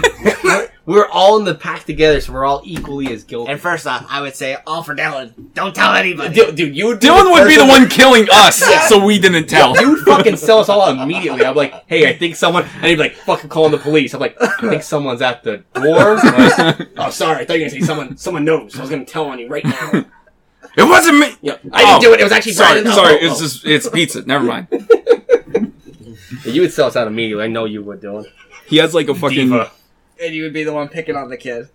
[SPEAKER 4] We're all in the pack together, so we're all equally as guilty.
[SPEAKER 1] and first off, I would say all for Dylan. Don't tell anybody.
[SPEAKER 4] dude, dude, you would
[SPEAKER 3] Dylan would be the
[SPEAKER 4] first
[SPEAKER 3] one killing us, so we didn't tell. <laughs>
[SPEAKER 4] You would fucking sell us all out immediately. I'm like, hey, I think someone, and he'd be like, fucking calling the police. I'm like, I think someone's at the
[SPEAKER 3] <laughs>
[SPEAKER 4] door. I'm like, oh, sorry, I thought you were gonna say someone. Someone knows. I was gonna tell on you right now.
[SPEAKER 3] It wasn't me.
[SPEAKER 4] Yeah, I didn't
[SPEAKER 3] Oh,
[SPEAKER 4] do it. It was actually
[SPEAKER 3] Sorry,
[SPEAKER 4] Brandon.
[SPEAKER 3] sorry.
[SPEAKER 4] Oh,
[SPEAKER 3] It's
[SPEAKER 4] oh.
[SPEAKER 3] just it's pizza. Never mind.
[SPEAKER 4] you would sell us out immediately. I know you would, Dylan.
[SPEAKER 3] He has like a fucking.
[SPEAKER 4] Diva.
[SPEAKER 1] And you would be the one picking on the kid.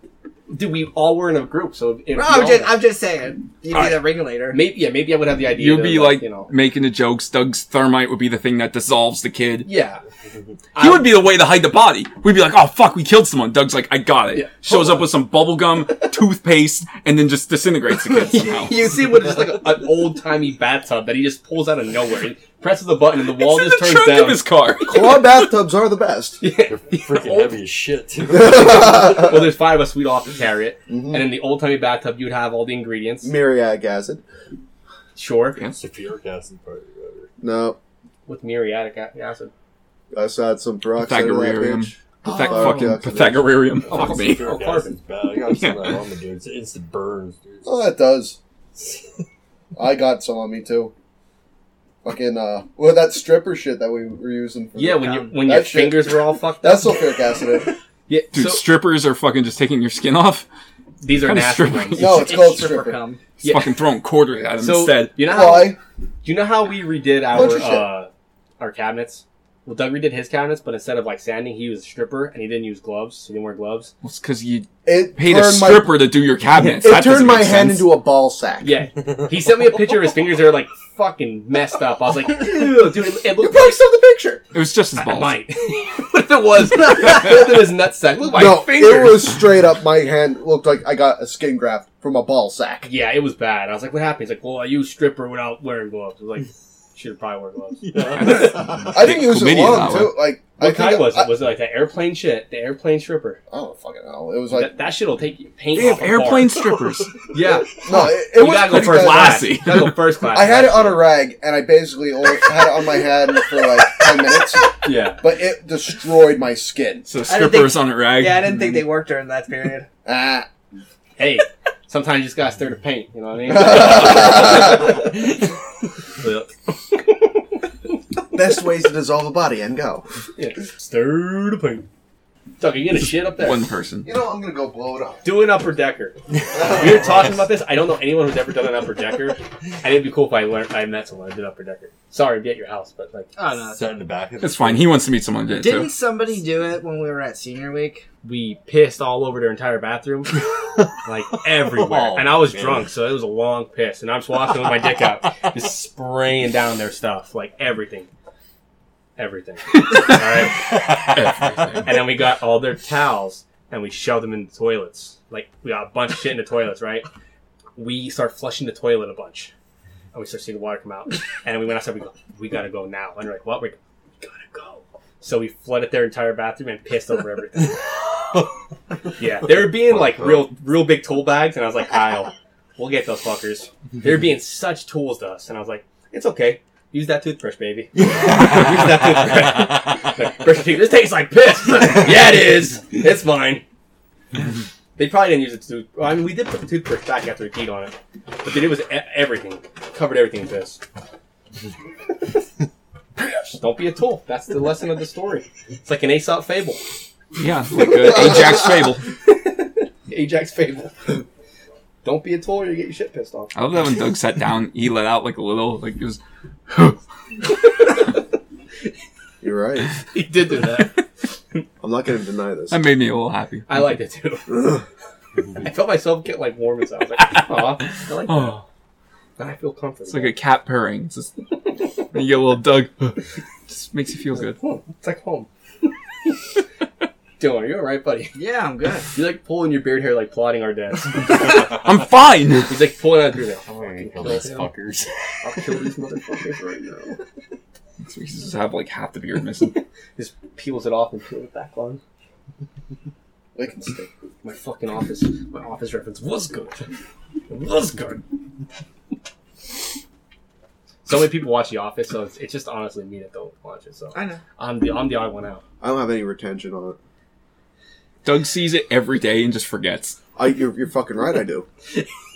[SPEAKER 4] Dude, we all were in a group, so it,
[SPEAKER 1] No, I'm just, I'm just saying. You'd be
[SPEAKER 4] Alright.
[SPEAKER 1] the ringleader.
[SPEAKER 4] maybe yeah, maybe I would have the idea.
[SPEAKER 3] You'd
[SPEAKER 4] to,
[SPEAKER 3] be like
[SPEAKER 4] you know,
[SPEAKER 3] making the jokes. Doug's thermite would be the thing that dissolves the kid.
[SPEAKER 4] yeah,
[SPEAKER 3] He would be the way to hide the body. We'd be like, oh fuck, we killed someone. Doug's like, I got it.
[SPEAKER 4] Yeah.
[SPEAKER 3] Shows up with some bubble gum, toothpaste, and then just disintegrates the
[SPEAKER 4] <laughs>
[SPEAKER 3] kid somehow.
[SPEAKER 4] You see what is like a, an old timey bathtub that he just pulls out of nowhere. He presses the button and the wall
[SPEAKER 3] It's in
[SPEAKER 4] just
[SPEAKER 3] the
[SPEAKER 4] turns
[SPEAKER 3] trunk
[SPEAKER 4] down. <laughs>
[SPEAKER 3] of his <laughs> car.
[SPEAKER 2] Claw bathtubs are the best. <laughs>
[SPEAKER 5] They're freaking heavy as shit.
[SPEAKER 1] <laughs>
[SPEAKER 5] too.
[SPEAKER 4] well, there's five of us. We'd all have to carry it.
[SPEAKER 2] Mm-hmm.
[SPEAKER 4] And in the old timey bathtub, you'd have all the ingredients.
[SPEAKER 2] Muriatic acid.
[SPEAKER 4] Sure,
[SPEAKER 5] It's the puric acid part. whatever.
[SPEAKER 2] No,
[SPEAKER 4] with muriatic a- acid.
[SPEAKER 2] I saw some peroxide in that
[SPEAKER 3] Pythagorean.
[SPEAKER 2] bitch.
[SPEAKER 3] Pythag-
[SPEAKER 2] Oh.
[SPEAKER 3] fucking
[SPEAKER 2] Okay.
[SPEAKER 3] Pythagorean. <laughs> Fuck
[SPEAKER 5] It's
[SPEAKER 3] me.
[SPEAKER 5] Sulfuric
[SPEAKER 4] Oh,
[SPEAKER 5] acid's bad. I got some of that
[SPEAKER 3] Yeah.
[SPEAKER 5] on me, dude. It's instant burns, dude.
[SPEAKER 2] Oh, that does. I got some on me too. Fucking uh, well, that stripper shit that we were using. For
[SPEAKER 4] Yeah, when you when
[SPEAKER 2] That
[SPEAKER 4] your
[SPEAKER 2] shit-
[SPEAKER 4] fingers were all fucked up.
[SPEAKER 2] that's sulfuric
[SPEAKER 4] <laughs>
[SPEAKER 2] acid.
[SPEAKER 4] Yeah,
[SPEAKER 3] Dude,
[SPEAKER 4] so
[SPEAKER 3] strippers are fucking just taking your skin off.
[SPEAKER 4] these are
[SPEAKER 3] kinda
[SPEAKER 4] nasty
[SPEAKER 3] stripper-
[SPEAKER 4] ones.
[SPEAKER 2] No, it's called stripper.
[SPEAKER 1] cum.
[SPEAKER 3] Just Fucking throwing quarters at him
[SPEAKER 4] So
[SPEAKER 3] instead.
[SPEAKER 4] you know how
[SPEAKER 2] Why?
[SPEAKER 4] Do you know how we redid
[SPEAKER 2] Bunch
[SPEAKER 4] our
[SPEAKER 2] of shit.
[SPEAKER 4] uh, our cabinets? Well, Doug redid his cabinets, but instead of like sanding, he used a stripper and he didn't use gloves. He didn't wear gloves.
[SPEAKER 3] Well, it's because you
[SPEAKER 2] It
[SPEAKER 3] paid a
[SPEAKER 2] turned my
[SPEAKER 3] stripper to do your cabinets.
[SPEAKER 2] it
[SPEAKER 3] That doesn't
[SPEAKER 2] turned my
[SPEAKER 3] make
[SPEAKER 2] hand
[SPEAKER 3] sense.
[SPEAKER 2] into a ball sack.
[SPEAKER 4] Yeah,
[SPEAKER 5] <laughs>
[SPEAKER 4] he sent me a picture of his fingers. They're like fucking messed up. I was like, ew, dude, it, it
[SPEAKER 2] You
[SPEAKER 4] looked
[SPEAKER 2] probably saw the picture.
[SPEAKER 3] It was just his
[SPEAKER 4] I
[SPEAKER 3] balls.
[SPEAKER 4] might. <laughs> what if
[SPEAKER 2] <laughs>
[SPEAKER 4] it was? Look at his nutsack. Look at my
[SPEAKER 2] no,
[SPEAKER 4] fingers.
[SPEAKER 2] it was straight up. My hand looked like I got a skin graft from a ball sack.
[SPEAKER 4] Yeah, it was bad. I was like, what happened? He's like, well, I used stripper without wearing gloves. I was like, should have probably worn gloves.
[SPEAKER 2] I think it was
[SPEAKER 3] Chlamydia
[SPEAKER 2] long
[SPEAKER 3] that
[SPEAKER 2] too. Like I
[SPEAKER 4] What
[SPEAKER 2] think
[SPEAKER 4] kind was
[SPEAKER 2] I,
[SPEAKER 4] it? Was it like that airplane shit? The airplane stripper.
[SPEAKER 2] I don't fucking know. It was like
[SPEAKER 4] that, that shit'll take you paint
[SPEAKER 3] They
[SPEAKER 4] off
[SPEAKER 3] have
[SPEAKER 4] a bar. <laughs>
[SPEAKER 3] airplane
[SPEAKER 1] <laughs>
[SPEAKER 3] strippers.
[SPEAKER 7] Yeah,
[SPEAKER 2] no, it, it
[SPEAKER 4] You
[SPEAKER 2] was
[SPEAKER 4] gotta go
[SPEAKER 2] pretty bad.
[SPEAKER 4] first class.
[SPEAKER 3] Classy.
[SPEAKER 4] You gotta go first class.
[SPEAKER 2] <laughs> I had it on a rag, and I basically only had it on my head for like ten
[SPEAKER 4] <laughs>
[SPEAKER 2] minutes,
[SPEAKER 4] Yeah.
[SPEAKER 2] but it destroyed my skin.
[SPEAKER 3] So
[SPEAKER 1] think-
[SPEAKER 3] strippers on a rag.
[SPEAKER 1] Yeah, I didn't think they worked during that period.
[SPEAKER 2] Ah.
[SPEAKER 4] Hey, sometimes you just gotta stir the paint. You know what I mean?
[SPEAKER 2] <laughs> Best ways to dissolve a body and go.
[SPEAKER 4] yeah. Stir the paint. <laughs> Tucker, you gonna shit up there?
[SPEAKER 3] One person.
[SPEAKER 2] You know, I'm gonna go blow it up.
[SPEAKER 4] Do an upper decker. we were talking about this. I don't know anyone who's ever done an upper decker, and it'd be cool if I learned. I met someone who did upper decker. Sorry, to be at your house, but like
[SPEAKER 1] <laughs> Oh no.
[SPEAKER 5] Set in the back. of the-
[SPEAKER 3] That's
[SPEAKER 5] <laughs>
[SPEAKER 3] fine. He wants to meet someone today
[SPEAKER 1] Didn't
[SPEAKER 3] too.
[SPEAKER 1] somebody do it when we were at senior week?
[SPEAKER 4] we pissed all over their entire bathroom, like everywhere.
[SPEAKER 5] <laughs> Oh,
[SPEAKER 4] and I was
[SPEAKER 5] man.
[SPEAKER 4] drunk, so it was a long piss. And I'm just walking with my dick
[SPEAKER 5] <laughs>
[SPEAKER 4] out, just spraying down their stuff, like everything,
[SPEAKER 5] <laughs>
[SPEAKER 4] everything. all right. And then we got all their towels and we shoved them in the toilets. Like we got a bunch of shit in the toilets, right? We start flushing the toilet a bunch, and we start seeing the water come out. And we went outside. We go, we gotta go now. And they're like, what? We go, we gotta go. So we flooded their entire bathroom and pissed over everything. Yeah, they were being like real, real big tool bags, and I was like, Kyle, we'll get those fuckers. They were being such tools to us, and I was like, it's okay. Use that toothbrush, baby. Use that toothbrush. Brush your teeth. This tastes like piss. <laughs> yeah, it is. It's mine. They probably didn't use it to. Well, I mean, we did put the toothbrush back after we peed on it, but then it was e- everything covered everything in <laughs> piss. Don't be a tool. That's the lesson of the story. It's like an Aesop fable. <laughs>
[SPEAKER 3] Yeah, like uh, Ajax Fable.
[SPEAKER 4] Ajax Fable. Don't be a tool or you get your shit pissed off.
[SPEAKER 3] I love that when Doug sat down, he let out like a little, like it was.
[SPEAKER 2] <laughs> You're right.
[SPEAKER 4] He did do that.
[SPEAKER 2] I'm not gonna deny this.
[SPEAKER 3] That made me a little happy.
[SPEAKER 4] I liked it too. I felt myself get like warm inside. I was like, aw. I like that.
[SPEAKER 3] Oh,
[SPEAKER 4] And I feel comfortable.
[SPEAKER 3] it's like a cat purring. It's just, you get a little Doug. just makes you feel good.
[SPEAKER 4] home. It's like home. <laughs> Dylan, are you alright, buddy?
[SPEAKER 1] Yeah, I'm good.
[SPEAKER 4] You're like pulling your beard hair like plotting our <laughs> deaths.
[SPEAKER 3] I'm fine.
[SPEAKER 4] He's like pulling out your beard hair.
[SPEAKER 5] I'm gonna kill these fuckers.
[SPEAKER 4] I'll kill these motherfuckers right now.
[SPEAKER 3] So he just have like half the beard missing.
[SPEAKER 4] Just peels it off and peels it back on.
[SPEAKER 2] They can stay.
[SPEAKER 4] My fucking office. My office reference was good. It was good. So many people watch The Office, so it's, it's just honestly me that don't watch it. So
[SPEAKER 1] I know.
[SPEAKER 4] I'm the I'm the odd one out. <laughs>
[SPEAKER 2] I don't have any retention on it.
[SPEAKER 3] Doug sees it every day and just forgets.
[SPEAKER 2] I, you're, you're fucking right. I do.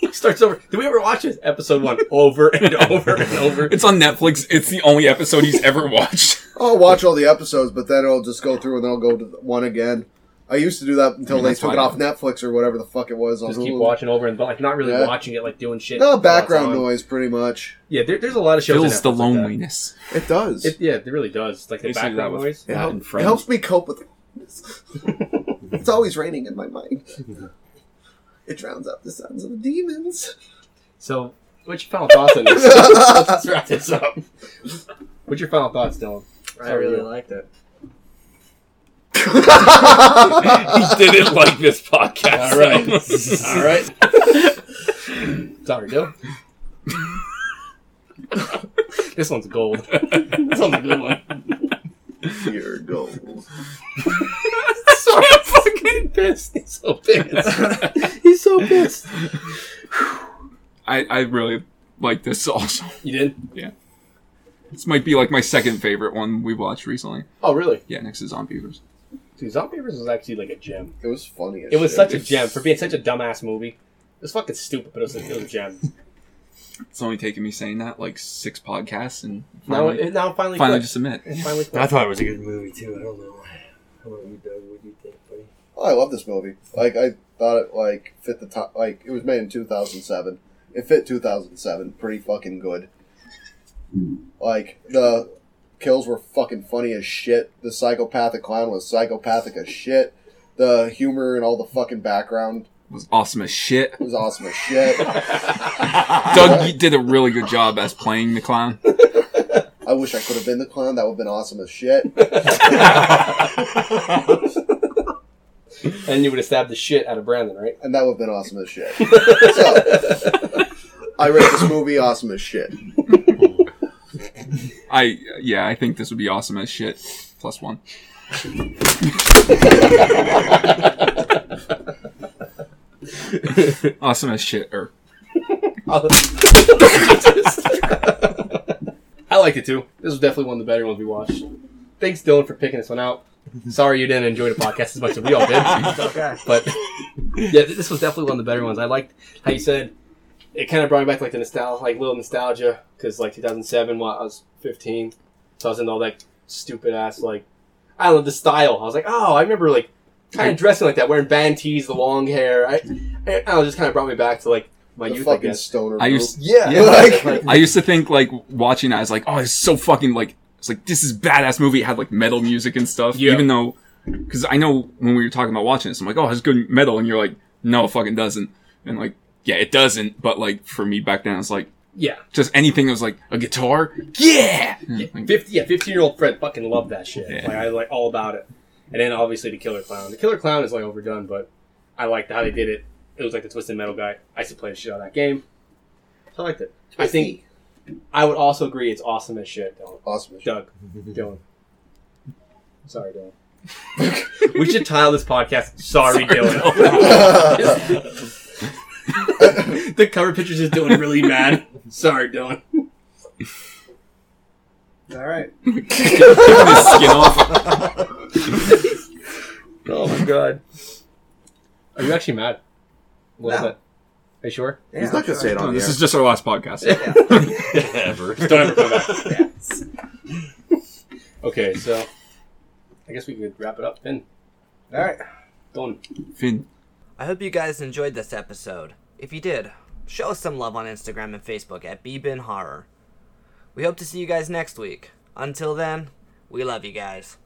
[SPEAKER 4] He starts over. Did we ever watch this episode one over and over and over?
[SPEAKER 3] It's on Netflix. It's the only episode he's ever watched.
[SPEAKER 2] I'll watch all the episodes, but then I'll just go through and then I'll go to the one again. I used to do that until
[SPEAKER 3] Yeah,
[SPEAKER 2] they
[SPEAKER 3] that's
[SPEAKER 2] took
[SPEAKER 3] why
[SPEAKER 2] it
[SPEAKER 3] I
[SPEAKER 2] off Netflix or whatever the fuck it was. on
[SPEAKER 4] just keep
[SPEAKER 2] Hulu.
[SPEAKER 4] watching over and but like not really
[SPEAKER 2] Yeah.
[SPEAKER 4] watching it, like doing shit. while
[SPEAKER 2] No
[SPEAKER 4] it's
[SPEAKER 2] background
[SPEAKER 4] on.
[SPEAKER 2] noise, pretty much.
[SPEAKER 4] Yeah, there, there's a lot of shows.
[SPEAKER 3] Fills
[SPEAKER 4] in
[SPEAKER 3] the
[SPEAKER 4] Netflix like that.
[SPEAKER 3] loneliness.
[SPEAKER 2] It does.
[SPEAKER 4] It, yeah, it really does. Like the
[SPEAKER 3] They say that
[SPEAKER 4] background
[SPEAKER 3] with-
[SPEAKER 4] noise.
[SPEAKER 2] It
[SPEAKER 3] That
[SPEAKER 2] help-
[SPEAKER 3] and
[SPEAKER 2] it
[SPEAKER 3] friends.
[SPEAKER 2] helps me cope <laughs> with. it's always raining in my mind. It drowns out the sounds of the demons.
[SPEAKER 4] So, what's your final thoughts on this? Let's wrap this up. What's your final thoughts, Dylan?
[SPEAKER 1] I really liked it.
[SPEAKER 3] he <laughs> didn't like this podcast.
[SPEAKER 4] All
[SPEAKER 3] <laughs>
[SPEAKER 4] right. All right. <laughs> Sorry, Dill. <laughs> this one's
[SPEAKER 3] <laughs>
[SPEAKER 4] gold. This one's a good one.
[SPEAKER 2] <laughs> Here goes.
[SPEAKER 4] Sorry, I'm fucking pissed. He's
[SPEAKER 3] <laughs>
[SPEAKER 4] so pissed. He's so pissed.
[SPEAKER 3] I, I really like this also.
[SPEAKER 4] You did?
[SPEAKER 3] This might be like my second favorite one we watched recently.
[SPEAKER 4] Oh, really?
[SPEAKER 3] Yeah, next is Zombievers.
[SPEAKER 4] Dude, Zombievers was actually like a gem.
[SPEAKER 2] It was funny. As
[SPEAKER 4] It was
[SPEAKER 2] shit.
[SPEAKER 4] such a gem for being such a dumbass movie. It was fucking stupid, but it was, it was a gem.
[SPEAKER 3] It's only taken me saying that like six podcasts and
[SPEAKER 4] Now,
[SPEAKER 3] finally,
[SPEAKER 4] it, now it
[SPEAKER 3] finally
[SPEAKER 4] finally, finally,
[SPEAKER 3] just admit.
[SPEAKER 4] finally
[SPEAKER 5] <laughs>
[SPEAKER 4] clicked.
[SPEAKER 5] I thought it was a good movie too. I don't know. I don't know, Doug. What do you think, buddy?
[SPEAKER 2] Oh, I love this movie. Like I thought it like fit the top. Like it was made in 2007. It fit 2007 pretty fucking good. Like the kills were fucking funny as shit. The psychopathic clown was psychopathic as shit. The humor and all the fucking background
[SPEAKER 3] It was awesome as shit.
[SPEAKER 2] was awesome as shit.
[SPEAKER 3] Doug you did a really good job as playing the clown.
[SPEAKER 2] I wish I could have been the clown. That would have been awesome as shit.
[SPEAKER 4] and you would have stabbed the shit out of Brandon, <laughs> right?
[SPEAKER 2] and that would have been awesome as shit. so, I rate this movie awesome as shit.
[SPEAKER 3] I yeah, I think this would be awesome as shit. Plus one. awesome as shit. Er.
[SPEAKER 4] I liked it too. This was definitely one of the better ones we watched. Thanks, Dylan, for picking this one out. Sorry you didn't enjoy the podcast as much as we all did.
[SPEAKER 1] <laughs>
[SPEAKER 5] <laughs>
[SPEAKER 1] okay.
[SPEAKER 4] But <laughs> yeah, th- this was definitely one of the better ones. I liked how you said it kind of brought me back to, like the nostalgia, like little nostalgia, because like 2007, while I was 15, so I was into all that stupid ass like I love the style. I was like, oh, I remember like kind of dressing like that, wearing band tees, the long hair. I, I, I don't know, it just kind of brought me back to like my
[SPEAKER 2] the
[SPEAKER 4] youth, I
[SPEAKER 2] fucking
[SPEAKER 4] guess.
[SPEAKER 2] stoner.
[SPEAKER 3] I
[SPEAKER 2] group.
[SPEAKER 3] used
[SPEAKER 4] Yeah,
[SPEAKER 3] Yeah,
[SPEAKER 2] <laughs> like-
[SPEAKER 3] I used to think like watching that, I was like, oh, it's so fucking like it's like this is badass movie. It had like metal music and stuff.
[SPEAKER 4] Yeah.
[SPEAKER 3] Even though, because I know when we were talking about watching this, I'm like, oh, it has good metal, and you're like, no, it fucking doesn't. And like, yeah, it doesn't. But like for me back then, it's like
[SPEAKER 4] yeah,
[SPEAKER 3] just anything that was like a guitar. Yeah. Like,
[SPEAKER 4] 50, yeah, 15 year old Fred fucking loved that shit.
[SPEAKER 3] Yeah.
[SPEAKER 4] Like, I was, like all about it. And then obviously the Killer Clown. The Killer Clown is like overdone, but I liked how they did it. It was like the Twisted Metal guy. I used to play the shit on that game. So I liked it. I think I would also agree it's awesome as shit, Dylan.
[SPEAKER 2] awesome as shit.
[SPEAKER 4] <laughs> Doug. Dylan. Sorry, Dylan. <laughs> we should title this podcast Sorry, <laughs> Dylan. the cover picture's just Dylan really <laughs> mad. Sorry, Dylan.
[SPEAKER 1] All right.
[SPEAKER 3] Pulling his skin off.
[SPEAKER 4] Oh my god. Are you actually mad? A little
[SPEAKER 1] No.
[SPEAKER 4] bit. Are you sure?
[SPEAKER 1] Yeah,
[SPEAKER 2] He's not gonna
[SPEAKER 1] <laughs>
[SPEAKER 2] say it
[SPEAKER 3] No,
[SPEAKER 2] on
[SPEAKER 3] this
[SPEAKER 2] the
[SPEAKER 3] is just our last podcast.
[SPEAKER 5] Ever.
[SPEAKER 4] Don't ever come <laughs> back. Okay, so I guess we could wrap it up then.
[SPEAKER 1] All right.
[SPEAKER 4] Dylan.
[SPEAKER 3] Finn.
[SPEAKER 9] I hope you guys enjoyed this episode. If you did, show us some love on Instagram and Facebook at Bebin Horror. We hope to see you guys next week. Until then, we love you guys.